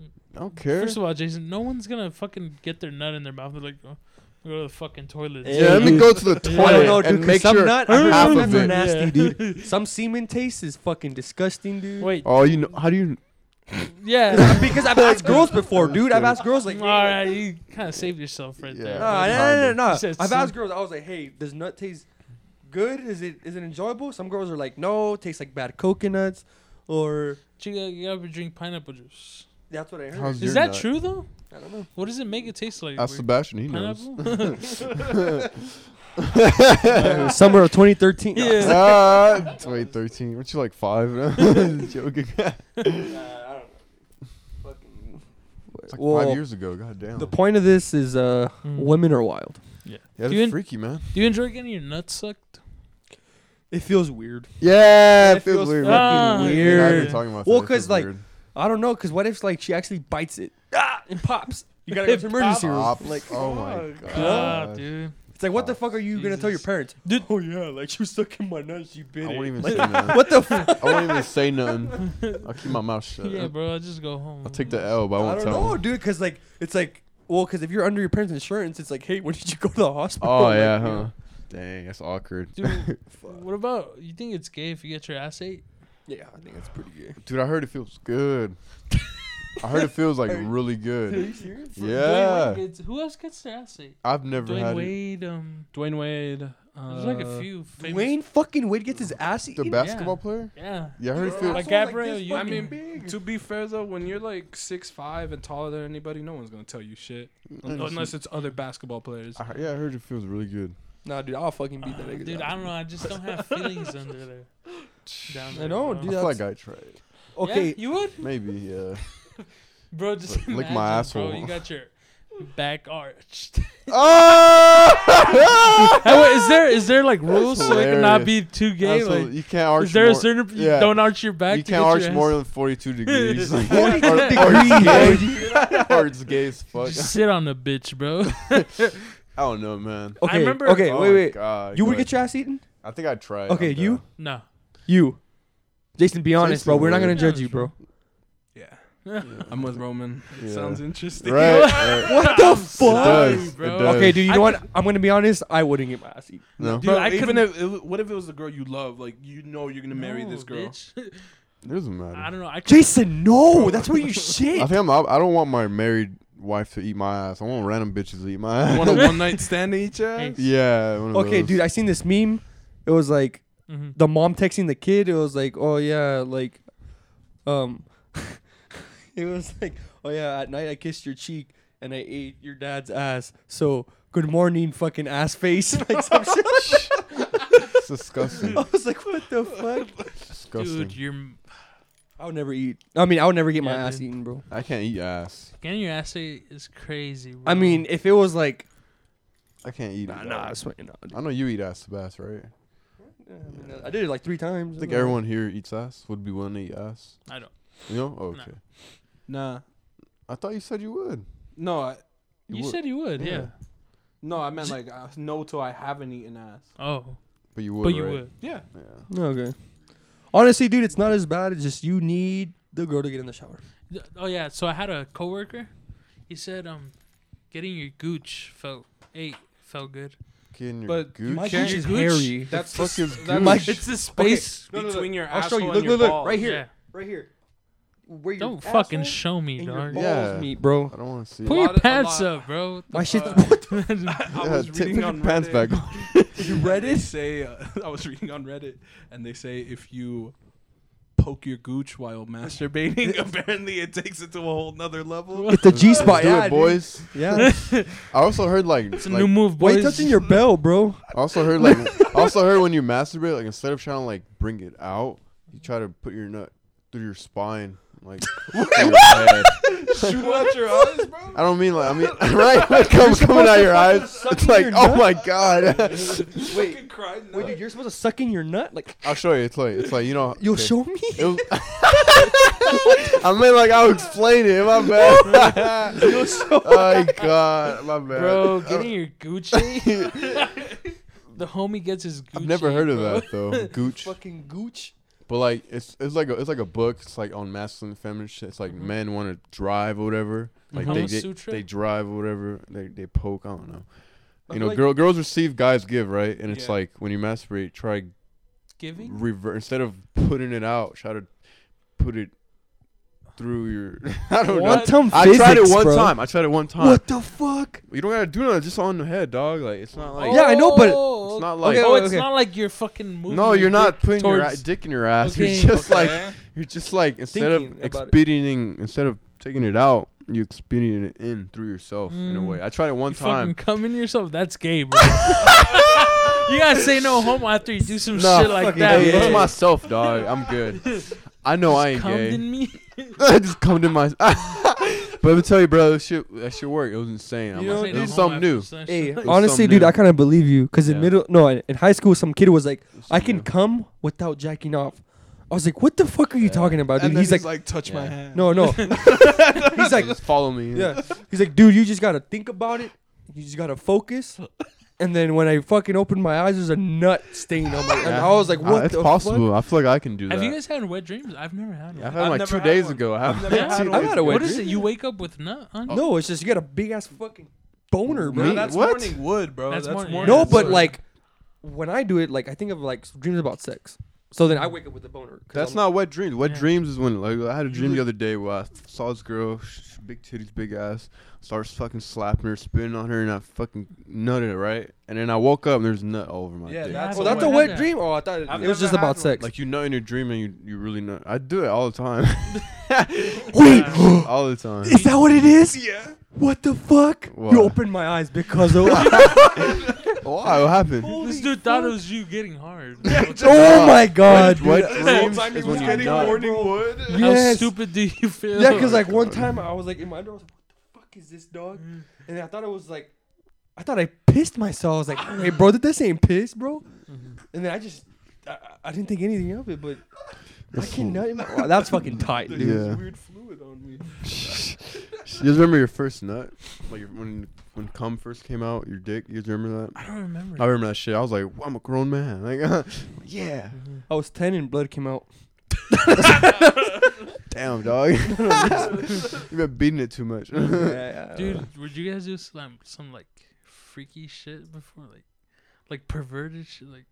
C: I don't care.
B: First of all, Jason, no one's gonna fucking get their nut in their mouth. They're like, oh, go to the fucking toilet.
D: Yeah,
C: yeah, let me
D: dude.
C: go to the
B: I
C: toilet
D: I don't know, dude.
C: and
D: 'cause
C: make
D: some
C: sure
D: nut,
C: half
D: some
C: of
D: nuts are
C: it.
D: nasty, dude. Some semen taste is fucking disgusting, dude.
B: Wait,
C: Oh, you know how do you? Oh.
B: yeah.
D: because I've asked girls before, dude. I've asked girls like,
B: All right, you kind of saved yourself right
C: Yeah.
B: there.
D: Nah, no, no, no, no.
B: You said
D: I've
B: some-
D: asked girls. I was like, "Hey, does nut taste good? Is it is it enjoyable?" Some girls are like, "No, it tastes like bad coconuts," or
B: You gotta, you gotta drink pineapple juice.
D: that's what I heard.
C: How's
B: Is
C: your
B: that
C: nut?
B: true though?
D: I don't know.
B: What does it make it taste like?
C: Ask
B: Weird.
C: Sebastian. He knows.
B: pineapple.
D: summer of 2013.
B: Yeah.
C: Ah, 2013. Weren't you like five? Joking. It's like
D: Well,
C: five years ago. God damn.
D: The point of this is, uh,
B: Mm.
D: women are wild.
C: yeah,
B: Do you in-
C: that's freaky, man.
B: Do you enjoy getting your nuts sucked?
D: It feels weird.
C: Yeah,
D: it
C: it feels,
D: feels
C: weird.
B: fucking Ah,
C: We're not even
B: weird.
C: talking about
D: Well,
C: that. It
D: 'cause,
C: feels
D: like,
C: weird.
D: I don't know, cause what if like she actually bites it ah, and pops? You gotta go to
B: It
D: emergency room.
C: Pops.
D: Like,
C: oh my
D: fuck.
C: god.
B: Ah, dude.
D: It's like, what the fuck are you gonna tell your
B: Jesus.
D: parents? Dude, oh yeah, like she was sucking my nut, she bit
C: I
D: it.
C: won't even
D: Like,
C: say nothing.
D: what the?
C: I
D: F-
C: won't even say nothing. I'll keep my mouth shut.
B: yeah, bro. I'll just go home.
C: I'll take the L, but I
D: I
C: won't
D: don't
C: tell.
D: know,
C: him.
D: dude. Cause like, it's like, well, cause if you're under your parents' insurance, it's like, hey, when did you go to the hospital?
C: Oh
D: Like,
C: yeah,
D: you
C: huh?
D: know.
C: Dang, that's awkward.
B: Dude, what about you? Think it's gay if you get your ass ate?
D: Yeah, I think that's pretty gay.
C: Dude, I heard it feels good. I heard it feels like really good.
D: serious?
B: Dwayne Wade
C: Yeah,
B: gets- who else gets their ass ate?
C: I've never
B: Dwayne
C: had it.
B: Wade. Um,
E: Dwayne Wade. Uh,
B: there's like a few. Famous,
D: Wayne fucking Wade gets his ass
C: The
D: eaten.
C: basketball player?
B: Yeah.
C: Yeah, I heard it
D: Bro,
B: Like
C: feels.
D: Assholes like
B: Gabriel,
D: this
B: you
E: I
D: fucking
E: mean,
D: big.
E: to be fair though, when you're like six five and taller than anybody, no one's gonna tell you shit unless it's other basketball players.
C: I, he- yeah, I heard it feels really good.
D: Nah, dude, I'll fucking beat that nigga.
B: Dude, I don't know. I just don't have feelings under there. Down there,
D: know,
B: bro.
C: I
D: dude.
C: feel
D: that's-
C: like I tried.
B: Yeah,
D: Okay,
B: you would,
C: Maybe, yeah.
B: bro. Just
C: Like, lick my
B: imagine,
C: asshole.
B: Bro, you got your back arched.
C: oh!
B: Hey, wait, is there is there like rules so it cannot
C: hilarious.
B: be too gay?
C: Asshole,
B: like,
C: you can't arch.
B: is there
C: more,
B: a certain you
C: yeah.
B: don't arch your back?
C: You
B: to
C: can't
B: get
C: arch
B: your
C: more
B: ass-
C: than 42 degrees. Like,
D: 42
C: or,
D: degrees.
C: Or it's gay. or it's gay as fuck.
B: Just sit on the bitch, bro.
C: I don't know, man.
D: okay,
B: remember-
D: okay.
C: Oh
D: wait,
C: my
D: wait.
C: God,
D: You would
C: go
D: get
C: ahead.
D: your ass eaten?
C: I think I tried.
D: Okay,
C: I'm
D: you?
C: down.
B: no.
D: You, Jason. Be honest, bro.
C: Jason
D: We're not
C: would.
D: gonna judge you, bro.
E: Yeah, I'm with Roman. It
C: Yeah.
E: sounds interesting.
C: Right. right.
D: What the
C: It
D: fuck?
C: does. It
B: bro.
C: does.
D: Okay, dude. You
B: I
D: know what? I'm gonna be honest. I wouldn't get my ass eaten.
C: No.
E: Bro,
B: Dude, I
E: even
B: couldn't-
E: if it, w- what if it was a girl you love, like you know you're gonna marry this
B: No,
E: girl.
B: bitch.
C: It doesn't matter.
B: I don't know. I couldn't-
D: Jason, no. That's where you shit.
C: I think I'm, I, I don't want my married wife to eat my ass. I want random bitches to eat my ass.
E: Want a one night stand to each ass?
C: yeah. One of
D: Okay,
C: those.
D: dude. I seen this meme. It was like
B: Mhm.
D: the mom texting the kid. It was like, oh yeah, like, um, it was like, oh yeah, at night I kissed your cheek and I ate your dad's ass. So good morning, fucking ass face. Like some shit.
C: It's disgusting.
D: I was like, what the fuck?
C: It's disgusting.
B: Dude, you're
D: I would never eat. I mean, I would never get my
B: Yeah,
D: ass
B: dude.
D: eaten, bro.
C: I can't eat ass.
B: getting your ass ate is crazy. Bro.
D: I mean, if it was like,
C: I can't eat
D: nah,
C: it.
D: nah, it's fine, nah, dude.
C: I know you eat ass, Sebas, right?
D: Yeah, I, mean, I did it like three times.
C: I think everyone here eats ass. Would be willing to eat ass.
B: I don't.
C: You know? Oh,
B: No.
C: okay.
E: Nah,
C: I thought you said you would.
E: no, I,
C: You
B: You,
C: would.
B: said you would, yeah.
C: Yeah.
E: no, I meant like uh, no till I haven't eaten ass.
B: Oh,
C: But you would.
B: but you
C: right?
B: would.
E: Yeah,
C: Yeah.
D: Oh, Okay. Honestly, dude, it's not as bad. It's just you need the girl to get in the shower.
B: Th- Oh yeah. So I had a coworker. He said, um, getting your gooch felt ate felt good.
C: Getting your
E: But you
C: gooch.
D: My
E: can't-
D: gooch is
B: Gooch?
D: hairy.
E: that's
C: fuck is
E: that's
D: My-
B: It's the space
D: No, no, look.
E: between your
D: I'll show
E: asshole
D: you.
E: and
D: Look,
E: your
D: look, look,
E: balls.
D: right here.
B: Yeah.
D: right here. Where your
B: Don't fucking
D: asshole
B: show me,
D: and your
B: dog.
D: balls
C: Yeah.
D: meet, bro.
C: I don't want to see.
B: Put
C: it.
E: A
B: your
E: lot of- a
B: pants
E: lot-
B: up, bro.
D: My shit.
E: I
C: Yeah,
E: was
C: take-
E: reading
C: put
E: on
C: your pants
E: Reddit.
C: back. on.
D: you read
E: They
D: it?
E: say uh, I was reading on Reddit, and they say if you poke your gooch while masturbating. Apparently, it takes it to a whole nother level.
D: Get the G
C: Let's
D: spot,
C: do
D: yeah,
C: it,
D: dude.
C: boys.
D: Yeah.
C: I also heard like,
B: It's a
C: like
B: new move,
D: Why
B: boys.
D: you touching your bell, bro?
C: I also heard like I also heard when you masturbate, like instead of trying to like bring it out, you try to put your nut through your spine. Like through your head.
E: Shoot out your eyes, bro.
C: I don't mean like I mean right like come, coming out your eyes. It's like
D: your
C: oh
D: nut.
C: my god.
D: Wait.
E: Fucking cried
D: Wait,
E: nut.
D: dude, you're supposed to suck in your nut? Like,
C: I'll show you. It's like it's like you know.
D: you'll
C: okay.
D: show me?
C: It was, I mean like I'll explain it. My bad. oh my god, my bad.
B: bro,
C: I don't-
B: getting your Gucci. the homie gets his Gucci.
C: I've never heard of
B: bro.
C: that though. Gooch.
D: Fucking gooch.
C: But like it's it's like a, it's like a book. It's like on masculine feminine shit. It's
B: Mm-hmm.
C: like men want to drive or whatever. Like they,
B: Kama
C: they
B: Sutra?
C: they drive or whatever. They they poke. I don't know.
D: I
C: You
D: feel
C: know,
D: like-
C: girl girls receive, guys give, right? And it's
E: Yeah.
C: like when you masturbate, try
B: Giving?
C: reverse instead of putting it out. Try to put it through your. I don't know.
B: What?
D: Quantum
C: I
D: physics,
C: tried it one
D: bro.
C: time. I tried it one time.
D: What the fuck?
C: You don't gotta do nothing. Just on the head, dog. Like it's not like
D: Yeah, I know, but
B: Oh,
C: it's not like.
D: okay,
B: oh, it's
D: okay.
B: not like you're fucking moving.
C: No,
B: your
C: you're
B: dick
C: not putting your a-
B: towards-
C: dick in your ass.
B: Okay.
C: You're just like
E: Okay.
C: you're just like instead of
D: Thinking about it.
C: expediting, instead of taking it out, you expedient it in through yourself in a
B: Mm.
C: way. I tried it one
B: You fucking
C: time.
B: coming yourself? That's gay, bro. you gotta say no homo after you do some
C: Nah,
B: shit like
D: fucking
B: that.
D: hell
C: hey,
B: bro.
D: yeah.
C: it's myself, dog. I'm good. I know I ain't
B: Just cummed
C: gay.
B: in me.
C: I just come to my. but let me tell you, bro, that shit that shit worked. It was insane. I'm
D: You know,
B: Say
C: like,
D: dude,
B: no
C: this is
B: homo
C: something
B: after
C: new.
B: some
D: Hey,
B: shit like-
D: honestly,
C: something
D: dude, I
C: new.
D: kind of believe you. Because in
C: Yeah.
D: middle, no, in in high school, some kid was like, I
C: Something
D: can
C: new.
D: come without jacking off. I was like, what the fuck are you talking about, dude?
E: And then
D: He's like,
E: touch my
C: Yeah.
E: hand.
D: no, no. He's like,
C: Just follow me.
D: yeah. He's like, dude, you just gotta think about it. You just gotta focus. And then when I fucking opened my eyes, there's a nut stain on my. And
C: Yeah.
D: I was like,
C: Uh,
D: what?
C: it's
D: the
C: possible. I feel like I can do
B: Have
C: that.
B: you guys had wet dreams? I've never had
C: Yeah,
B: one.
C: I've had
E: I've
C: them, like
E: never
C: two
E: had
C: days
E: one.
C: ago. I
E: I've
C: haven't
E: never
C: had
E: had
C: two
E: one. I've
C: days
D: had a
C: ago.
D: wet
B: What
D: dream.
B: is it? You wake up with nut on?
C: Oh.
D: Fuck? No, it's just you got a big ass fucking boner,
C: Me?
E: No,
D: bro.
E: that's
C: What?
E: morning wood, bro.
B: That's
E: That's,
B: morning-
E: morning.
B: yeah.
D: No,
B: that's
D: but
B: what-
D: like when I do it, like I think of like s- dreams about sex. So then I wake up with a boner. 'cause
C: That's
D: I'm-
C: not wet dreams. Wet
B: Yeah.
C: dreams is when like I had a dream
E: li-
C: the other day where I saw this girl, sh- sh- big titties, big ass, starts fucking slapping her, spinning on her, and I fucking nutted it right. And then I woke up and there's nut all over my
E: Yeah,
C: dick.
E: that's
D: Oh,
E: what
D: that's
E: I
D: a
E: had
D: wet
B: that.
D: dream. Oh, I thought it,
E: I've
D: it was just
E: never
D: about
E: had one.
D: sex.
C: like you nut in your dream and you, you really nut. I do it all the time,
D: wait,
C: all the time.
D: is that what it is?
E: Yeah.
D: What the fuck?
C: What?
D: You opened my eyes because of.
C: Why? What happened?
B: This dude thought it was you getting hard.
D: oh my god, dude.
C: Wet dreams
E: time he
C: is
E: was
C: when you
E: getting
C: nut.
E: morning wood.
B: How
D: Yes.
B: stupid do you feel?
D: Yeah, because like one time I was like in my underwear, I was like, what the fuck is this dog? And then I thought it was like, I thought I pissed myself. I was like, hey, bro, th- this ain't piss, bro.
E: Mm-hmm.
D: And then I just, I, I- I didn't think anything of it, but I can nut in my. Wow, that's fucking tight,
E: There's
D: dude.
E: this
C: Yeah.
E: weird fluid on me.
C: You just remember your first nut, like your- when when cum first came out, your dick. You just remember that?
B: I don't remember.
C: I remember that shit. I was like, I'm a grown man. Like, yeah.
D: I was 10 and blood came out.
C: Damn, dog. You've been beating it too much.
B: Dude, would you guys do some, some like freaky shit before, like, like perverted shit? Like,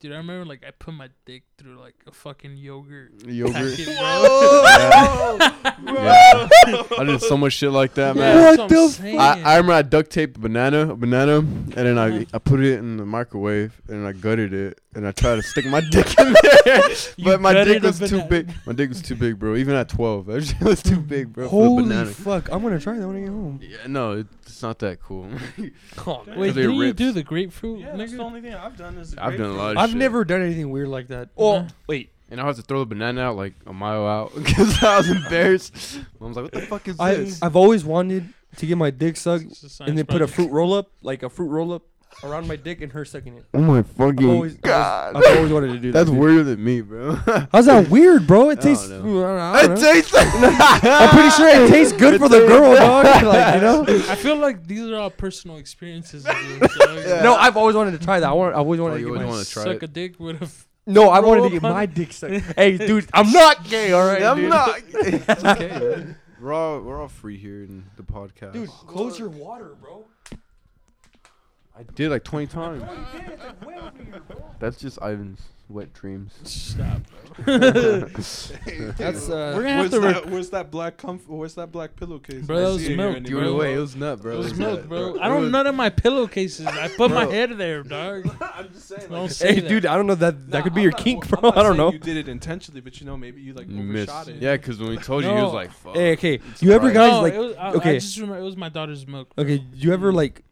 B: dude, I remember like I put my dick through like a fucking yogurt.
C: Yogurt.
B: packet, bro.
D: Oh.
C: Yeah. I did so much shit like that,
B: Yeah,
C: man.
B: that's
D: What
B: I'm
D: the
B: saying.
C: I, I remember I duct taped a banana, a banana, and then
D: Uh-huh.
C: I, I put it in the microwave and I gutted it and I tried to stick my dick in there,
B: You
C: but my
B: gutted
C: dick
B: a
C: was too
B: banana.
C: big. My dick was too big, bro. Even at twelve, that shit was too big, bro. for the
D: Holy
C: banana.
D: fuck, I'm gonna try that when I get home.
C: yeah, no, it's not that cool.
B: Wait,
C: Cause it
B: didn't you
C: rips.
B: do the grapefruit,
E: Yeah, that's the
B: nigga?
E: only thing I've done is.
C: I've done a lot. Of
D: I've
C: shit.
D: never done anything weird like that. Oh,
B: Mhm.
D: wait.
C: And I had to throw the banana out like a mile out because I was embarrassed. Mom's like, "What the fuck is
D: I,
C: this?"
D: I've always wanted to get my dick sucked
B: It's a science
D: and then put a
B: project.
D: fruit roll up, like a fruit roll up, around my dick and her sucking it.
C: oh my
D: I've
C: fucking
D: always,
C: god!
D: I've always, I've always wanted to do that.
C: That's
D: dude.
C: weirder than me, bro.
D: How's that weird, bro? It
C: I
D: tastes.
C: don't
D: I
C: it
D: don't know.
C: tastes.
D: I'm pretty sure it tastes good for the girl, dog. Like you know.
B: I feel like these are all personal experiences. Of yours, dog.
C: Yeah.
D: No, I've always wanted to try that. I want. I always
C: Oh,
D: wanted to
C: you
D: get
C: always
D: my.
C: wanted- wanna try
B: suck
C: it.
B: a dick with a. F-
D: No, I wanted
B: roll
D: to get
B: up on
D: my
B: it.
D: dick sucked. hey, dude, I'm not gay. All right,
C: I'm
D: dude.
C: not. It's okay. man. We're all we're all free here in the podcast.
D: Dude, close your water, bro.
C: I did like 20 times.
D: It's like way over here, bro.
C: That's just Ivan's. Wet dreams.
B: Stop.
D: That's
B: We're
D: uh,
B: gonna have
E: Where's
B: to.
E: that,
B: Rec-
E: where's that black comf- Where's that black pillowcase?
B: Bro,
E: I
B: that
E: see
B: was
E: it here
B: milk,
E: anymore.
C: Give it away. It was nut, bro.
B: it was
C: nut,
B: milk, bro.
C: It
B: I don't
C: was-
B: nut in my pillowcases. I put my
C: Bro.
B: head there, dog.
E: I'm just saying.
B: Don't
E: Like,
B: say
D: hey,
B: that.
D: dude, I don't know that that
E: nah,
D: could be
E: I'm
D: your
E: not-
D: kink,
E: I'm
D: bro.
E: not
D: I don't
E: saying
D: know.
E: You did it intentionally, but you know maybe you like
C: You missed.
E: overshot it.
C: Yeah, because when we told you, he was
B: No.
C: like, "Fuck."
D: Hey, okay, you ever
C: surprised.
D: guys
B: no,
D: like?
B: it was, I, okay. I
D: okay.
B: just remember it was my daughter's milk. bro.
D: Okay, you ever like?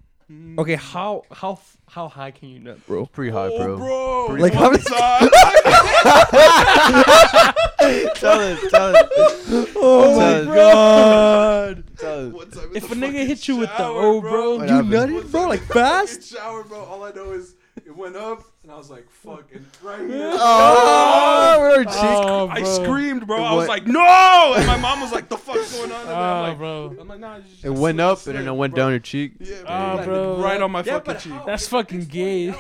D: Okay, how how f- how high can you nut, bro?
C: Pretty high, bro.
E: bro.
C: Pretty
D: Like how many?
C: tell us, tell us,
D: Oh
C: my
D: my god!
C: tell us.
B: If a nigga hit you with the
E: shower,
B: oh,
E: bro.
B: bro,
C: What
D: You
C: happened?
D: nutted, bro, like fast.
E: shower, bro. All I know is it went up, and I was like, "Fucking right here."
C: Oh, we're cheek.
B: Oh,
E: I
B: bro.
E: screamed, bro. I
C: What?
E: was like, "No!" And my mom was like, "The fuck's going on?" And I'm
B: Ah,
E: like,
B: bro.
E: I'm like, "Nah." just-
C: It
E: just
C: went
E: slip,
C: up and
E: slip,
C: then it went
E: bro.
C: down your cheek.
E: Yeah, bro.
B: Ah,
E: Like,
B: bro.
E: Right on my
D: Yeah,
E: fucking
D: but
E: cheek.
D: how-
B: That's fucking gay.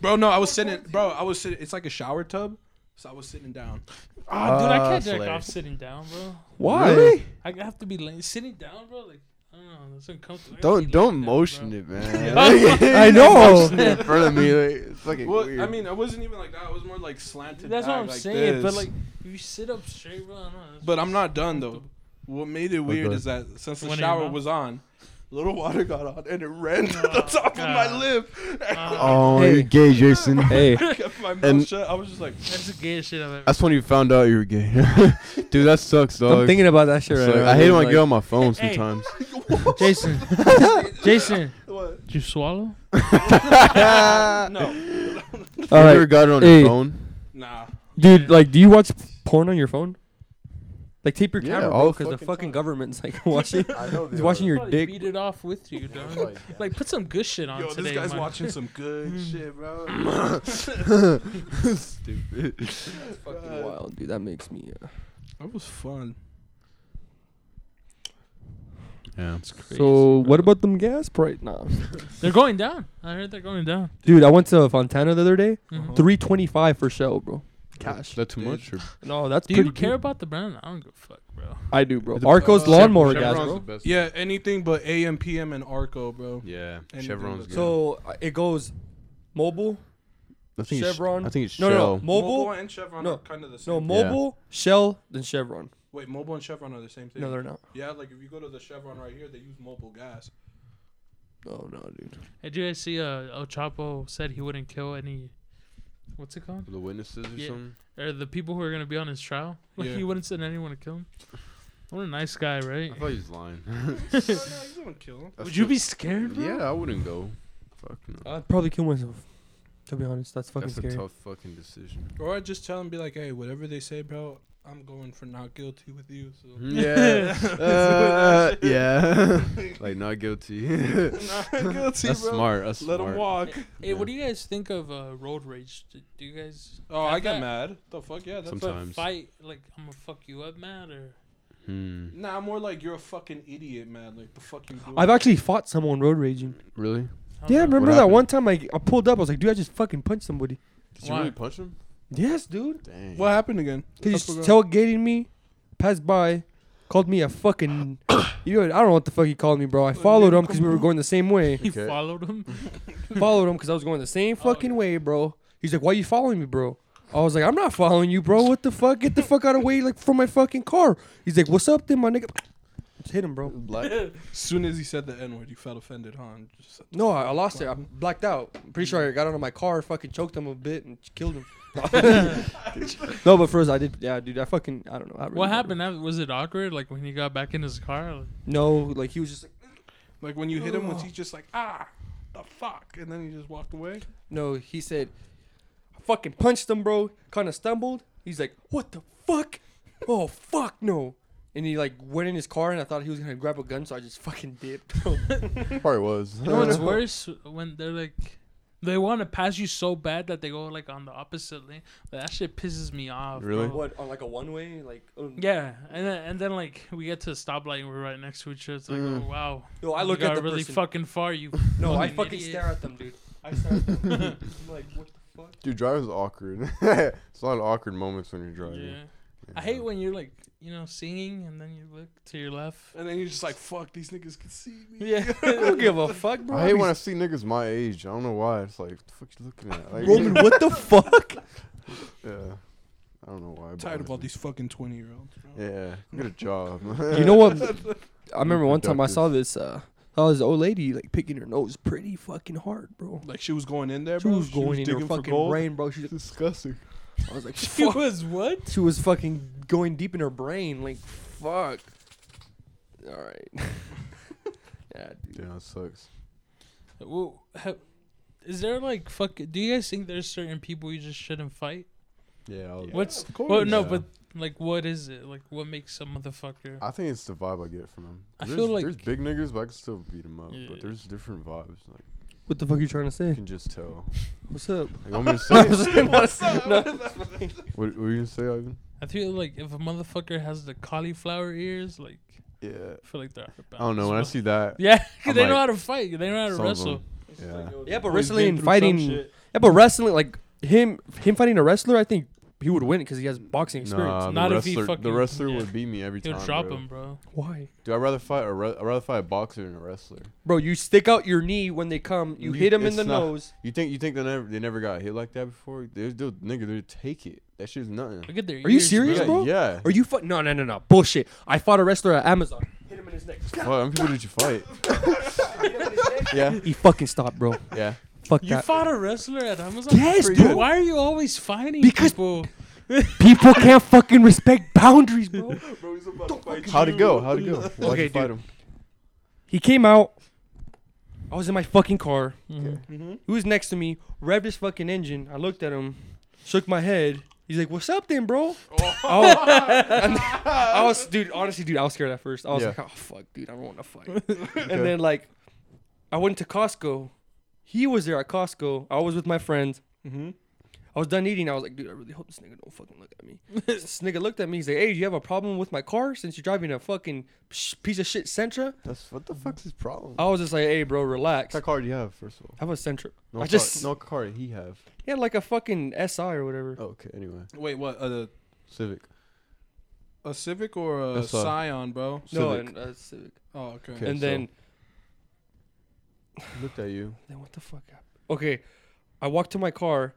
E: Bro, no, I was sitting. Bro, I was sitting. It's like a shower tub, so I was sitting down.
B: Ah, dude, I
C: Ah,
B: can't
C: that's
B: jack off
C: hilarious.
B: sitting down, bro.
D: Why?
C: Really?
B: I have to be laying sitting down, bro. Like I don't know, it's uncomfortable. I gotta
C: Don't
B: be
C: don't
B: laying down,
C: motion
B: bro.
C: it, man.
D: I know.
C: Motion it in front of me, like, it's fucking
E: Well,
C: weird.
E: I mean, I wasn't even like that. I was more like slanted.
B: That's what
E: back
B: I'm
E: like
B: saying. But
E: this.
B: like, if you sit up straight, bro. I don't know. it's-
E: But I'm not done though. What made it weird
C: Okay.
E: is that since the
B: Went in your
E: shower
B: mouth?
E: was on, a little water got on and it ran to the
B: Oh,
E: top of my
B: God.
E: lip.
C: oh,
D: Hey.
C: you're gay, Jason.
D: Hey,
E: I kept my mouth
C: And-
E: shut. I was just like,
B: that's the gayest shit I've ever.
C: That's when you found out you were gay, dude. That sucks, dog.
D: I'm thinking about that shit
C: It's
D: right
C: like-
D: now.
C: Oh, I hate
D: dude,
C: when I
D: like-
C: get on my phone
B: Hey.
C: sometimes.
B: Jason, Jason,
E: what?
B: did you swallow?
E: Uh, No,
D: All
C: you
D: right,
C: ever got it on
D: Hey.
C: your phone?
E: nah.
D: dude. Like, do you watch porn on your phone? Like, tape your
C: Yeah,
D: camera,
C: all
D: bro, because the
C: fucking
D: fucking government's like watching.
C: I know
D: He's watching your
B: Probably
D: dick.
B: beat it off with you, dog. Like, put some good shit on
E: Yo,
B: today.
E: this guy's
B: man.
E: watching some good shit, bro.
C: Stupid.
D: Fucking wild, dude. That makes me. Uh,
E: That was fun.
C: Yeah.
B: It's crazy,
D: so,
B: bro.
D: what about them gas price? Nah,
B: They're going down. I heard they're going down.
D: dude. I went to Fontana the other day.
C: Mm-hmm.
B: Mhm.
D: Three twenty five for Shell, bro. Cash.
C: Is that too much? Or?
D: No, that's
B: Do
D: pretty
B: you care
D: good.
B: about the brand? I don't give a fuck, bro.
D: I do, bro.
C: The-
D: Arco's
E: uh,
D: lawnmower gas,
C: Chevron's the
D: bro.
C: best.
E: Yeah, anything but AM, PM, and Arco, bro.
C: Yeah.
E: Anything
C: Chevron's
E: but-
C: good.
D: So uh, it goes mobile.
C: I think it's-
D: Chevron-
C: I think it's
D: No, no, no,
C: Shell.
D: mobile.
E: and Chevron
D: No.
E: are kind of the same.
D: No, mobile, Shell, then Chevron.
E: Wait, Mobile and Chevron are the same thing.
D: No, they're not.
E: yeah, like if you go to the Chevron right here, they use mobile gas.
D: Oh no, dude.
B: Hey, did you guys see? Uh, El Chapo said he wouldn't kill any. What's it called?
C: The witnesses or
B: Yeah.
C: something.
B: Or the people who are gonna be on his trial. Like,
E: Yeah.
B: He wouldn't send anyone to kill him. What a nice guy, right?
C: I thought he was lying.
E: no, no, you wouldn't kill 'em.
B: Would you be scared, bro?
C: Yeah, I wouldn't go. Fuck no.
D: I'd probably kill myself. To be honest, that's fucking
C: That's
D: scary.
C: a tough fucking decision.
E: Or I just tell them, be like, hey, whatever they say, bro, I'm going for not guilty with you. So.
C: Yeah. uh, yeah. like not guilty.
E: not guilty,
C: That's
E: bro.
C: smart. That's
E: Let
C: smart.
E: them walk.
B: Hey, what do you guys think of uh, road rage? Do, do you guys?
E: Oh,
B: have
E: I get
B: that?
E: mad. The fuck yeah. That's
B: But
C: Sometimes. Times.
B: fight like I'm gonna fuck you up, mad or
C: Hmm.
E: Like, nah, more like you're a fucking idiot, man. Like the fuck you doing?
D: I've actually fought someone road raging.
C: Really?
B: I don't
D: Yeah,
B: know.
D: remember
C: What
D: that
C: happened?
D: one time I, I pulled up. I was like, dude, I just fucking punched somebody.
C: Did
B: Why?
C: you really punch him?
D: Yes, dude.
C: Dang.
E: What happened again?
D: Cause
E: I
D: he's
E: forgot.
D: tailgating me, passed by, called me a fucking. you know, I don't know what the fuck he called me, bro. I followed him because we were going the same way.
B: He
C: Okay.
B: followed him.
D: followed him because I was going the same fucking way, bro. He's like, "Why you following me, bro?" I was like, "I'm not following you, bro. What the fuck? Get the fuck out of the way, like from my fucking car." He's like, "What's up, then, my nigga?" Just hit him, bro.
C: Black.
E: As soon as he said the N word, you felt offended, huh? And just said,
D: No, I, I lost it. I blacked out. I'm pretty sure I got out of my car, fucking choked him a bit, and killed him. no, but first I did. Yeah, dude, I fucking I don't know. I really
B: What
D: don't
B: happened? That- Was it awkward? Like when he got back in his car? Like,
D: remember. No, like he was just like
E: like when you hit him, was he just like, ah, the fuck? And then he just walked away?
D: no. He said, I fucking punched him, bro. Kind of stumbled. He's like, "What the fuck? Oh fuck no." And he like went in his car, and I thought he was gonna grab a gun, so I just fucking dipped.
C: Probably was.
B: you know what's worse? When they're like, they want to pass you so bad that they go like on the opposite lane. Like, that shit pisses me off.
C: Really?
B: bro.
D: What on like a one way? Like um,
B: Yeah, and then, and then like we get to the stoplight and we're right next to each other. It's like,
C: Mm.
B: oh wow,
D: No, Mm-hmm. I
B: you
D: look at
B: got
D: the
B: really
D: person.
B: fucking far. You
D: no, I
B: fucking
D: fucking
B: idiot.
D: stare at them, dude. I stare at them. I'm like, what the fuck?
C: Dude, driving's awkward. it's a lot of awkward moments when you're driving.
B: yeah. I hate when you're like, you know, singing and then you look to your left.
E: And then you're just like, fuck, these niggas can see me.
B: Yeah.
D: I don't give a fuck, bro.
C: I hate when I see niggas my age. I don't know why. It's like, what the fuck you looking at? Like,
D: Roman, what the fuck?
C: Yeah. I don't know why. but
E: tired of all
C: honestly.
E: these fucking 20 year olds, bro.
C: Yeah. Get a job.
D: You know what? I remember one time I
C: Productive.
D: saw this. Uh, I was old lady like picking her nose pretty fucking hard, bro.
E: Like she was going in there,
D: She
E: bro.
D: was going in her
E: digging for
D: fucking
E: gold.
D: brain, bro. She,
C: disgusting.
D: I was like,
B: She
D: fuck.
B: was what?
D: She was fucking going deep in her brain, like, fuck. All right. yeah, dude.
C: Damn, it sucks.
B: Well, ha- is there like fuck? Do you guys think there's certain people you just shouldn't fight?
C: Yeah. I'll-
B: What's
E: of
B: well, no,
C: course.
B: but like, what is it? Like, what makes a motherfucker?
C: I think it's the vibe I get from him.
B: I
C: there's,
B: feel like-
C: there's big niggas, but I can still beat them up.
B: Yeah.
C: But there's different vibes. Like
D: What the fuck are you trying to
C: you
D: say?
C: can just tell.
D: What's up?
C: Like, want me to say
D: No,
C: it?
D: What's up?
C: What, what were you gonna say, Ivan?
B: I feel like if a motherfucker has the cauliflower ears, like,
C: Yeah.
B: I feel like they're. out of
C: I don't know.
B: bounds.
C: When I see that,
B: Yeah, 'cause
C: I'm
B: they know
C: like,
B: how to fight. They know how to
C: some of 'em.
B: wrestle.
C: yeah,
D: Yeah, but
E: Boy's
D: wrestling
E: been
D: and
E: through some
D: fighting. Yeah,
E: shit.
D: but wrestling, like him, him fighting a wrestler, I think he would win because he has boxing experience.
C: nah, the
B: Not if he
C: wrestler,
B: fucking-
C: the wrestler
B: yeah.
C: would beat me every
B: He'll
C: time.
B: drop
C: bro.
B: him, bro.
D: Why,
C: Dude, I'd rather fight a re- I'd rather fight a boxer than a wrestler.
D: bro? You stick out your knee when they come. You,
C: You-
D: hit him in
C: it's
D: the
C: not-
D: nose.
C: You think you think they never they never got hit like that before? They they nigga, they take it. That shit's nothing.
B: Look at their.
D: Are you
B: ears,
D: serious,
C: yeah,
B: bro?
D: bro?
C: yeah.
D: Are you fuck? No, no, no, no. Bullshit. I fought a wrestler at Amazon. Hit him in his neck.
C: Fuck, how many people did you fight? yeah,
D: He fucking stopped, bro.
C: yeah.
D: Fuck
B: You
D: that.
B: fought a wrestler at Amazon.
D: Yes,
B: Free-
D: dude.
B: Why are you always fighting
D: Because-
B: people?
D: People can't fucking respect boundaries, bro.
C: How'd it go? How'd it go? Why'd
D: Okay,
C: you fight
D: dude.
C: him?
D: He came out. I was in my fucking car.
B: Mhm.
D: He was next to me, revved his fucking engine. I looked at him, shook my head. He's like, "What's up, then, bro?" I, was, and I was- dude. Honestly, dude, I was scared at first. I was
C: Yeah.
D: like, "Oh fuck, dude, I don't want to fight." And then like, I went to Costco. He was there at Costco. I was with my friends.
E: Mm-hmm.
D: I was done eating. I was like, "Dude, I really hope this nigga don't fucking look at me." this nigga looked at me. He's like, "Hey, do you have a problem with my car since you're driving a fucking sh- piece of shit Sentra?"
C: That's what the fuck's his problem?
D: I was just like, "Hey, bro, relax."
C: What
D: I
C: car do you have, first of all?
D: have a Sentra.
C: No
D: I
C: car,
D: just
C: no car he have.
D: he had like a fucking SI or whatever.
C: Oh, okay, anyway,
E: Wait, what? A,
C: Civic.
E: a Civic or a
C: That's a-
E: Scion, bro?
D: No,
C: Civic.
D: and, uh, Civic.
E: Oh, okay.
C: Okay.
D: and
C: so-
D: then
C: Looked at you.
D: then what the fuck happened? Okay, I walked to my car.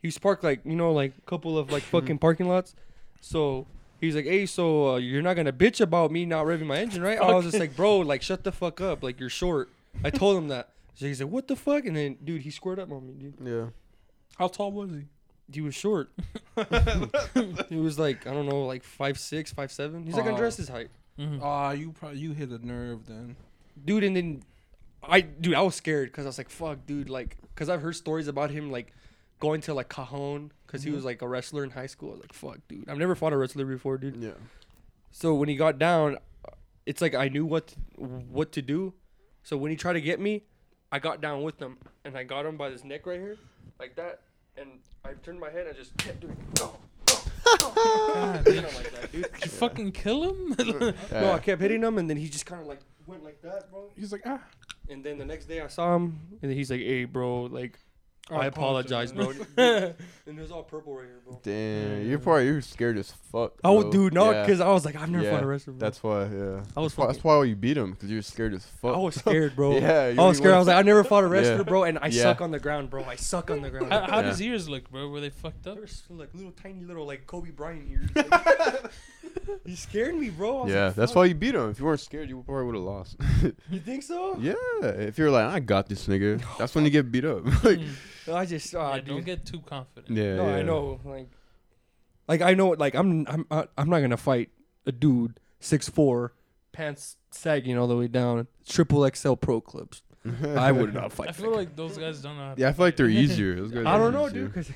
D: He was parked like you know like a couple of like fucking parking lots. So he's like, "Hey, so uh, you're not gonna bitch about me not revving my engine, right?" I was just like, "Bro, like shut the fuck up, like you're short." I told him that. So he's like, "What the fuck?" And then dude, he squared up on me, dude.
C: Yeah.
E: How tall was he?
D: He was short. he was like I don't know, like five six, five seven. He's like
E: Oh.
D: Andres' height,
B: Mhm.
E: Ah, you probably you hit a nerve then.
D: dude. And then I, dude, I was scared because I was like, "Fuck, dude!" Like, because I've heard stories about him like going to like Cajon because he was like a wrestler in high school. I was like, "Fuck, dude! I've never fought a wrestler before, dude."
C: Yeah.
D: So when he got down, it's like I knew what to, what to do. So when he tried to get me, I got down with him and I got him by his neck right here, like that, and I turned my head and I just kept doing. Oh,
B: God,
D: you
B: did
D: know, like that, dude.
B: you fucking kill him?
C: Ah.
D: No, I
C: Yeah.
D: kept hitting him, and then he just kind of like went like that, bro.
E: He's like, ah.
D: And then the next day I saw him, and he's like, "Hey, bro, like, I
E: I
D: apologize,
E: apologize,
D: bro." and it was all purple right here, bro.
C: Damn, you're probably you're scared as fuck.
D: Oh,
C: bro.
D: dude, no,
C: Yeah.
D: because I was like, I've never
C: Yeah,
D: fought a wrestler. Bro.
C: That's why, yeah.
D: I was
C: that's why, that's
D: fucking-
C: why you beat him, because you were scared as fuck.
D: I was scared, bro.
C: Yeah,
D: I
C: you-
D: was
C: you
D: scared. I
C: wanna-
D: was like, I never fought a
C: Yeah.
D: wrestler, bro, and I
C: Yeah.
D: suck on the ground, bro. I suck on the ground.
B: How, how
C: Yeah.
B: does ears look, bro? Were they fucked up?
D: They're just like little tiny little like Kobe Bryant ears. you scared me, bro. I was
C: yeah,
D: like,
C: that's
D: "Fuck."
C: why you beat him. If you weren't scared, you probably would have lost.
D: You think so?
C: yeah, if you were like, I got this nigga, that's when you get beat up. like, Ah,
B: Mm.
D: I just uh,
B: Yeah,
D: dude.
B: don't get too confident.
C: yeah,
D: no, I
C: yeah.
D: know. Like, like I know. Like I'm, I'm, I- I'm not gonna fight a dude six four, pants sagging all the way down, triple XL pro clips. I would not fight.
B: I
D: that
B: feel
D: guy.
B: like those guys don't know. How to
C: Yeah, I feel like they're easier. Those guys
D: I
C: are
D: don't know,
C: easier.
D: dude. Cause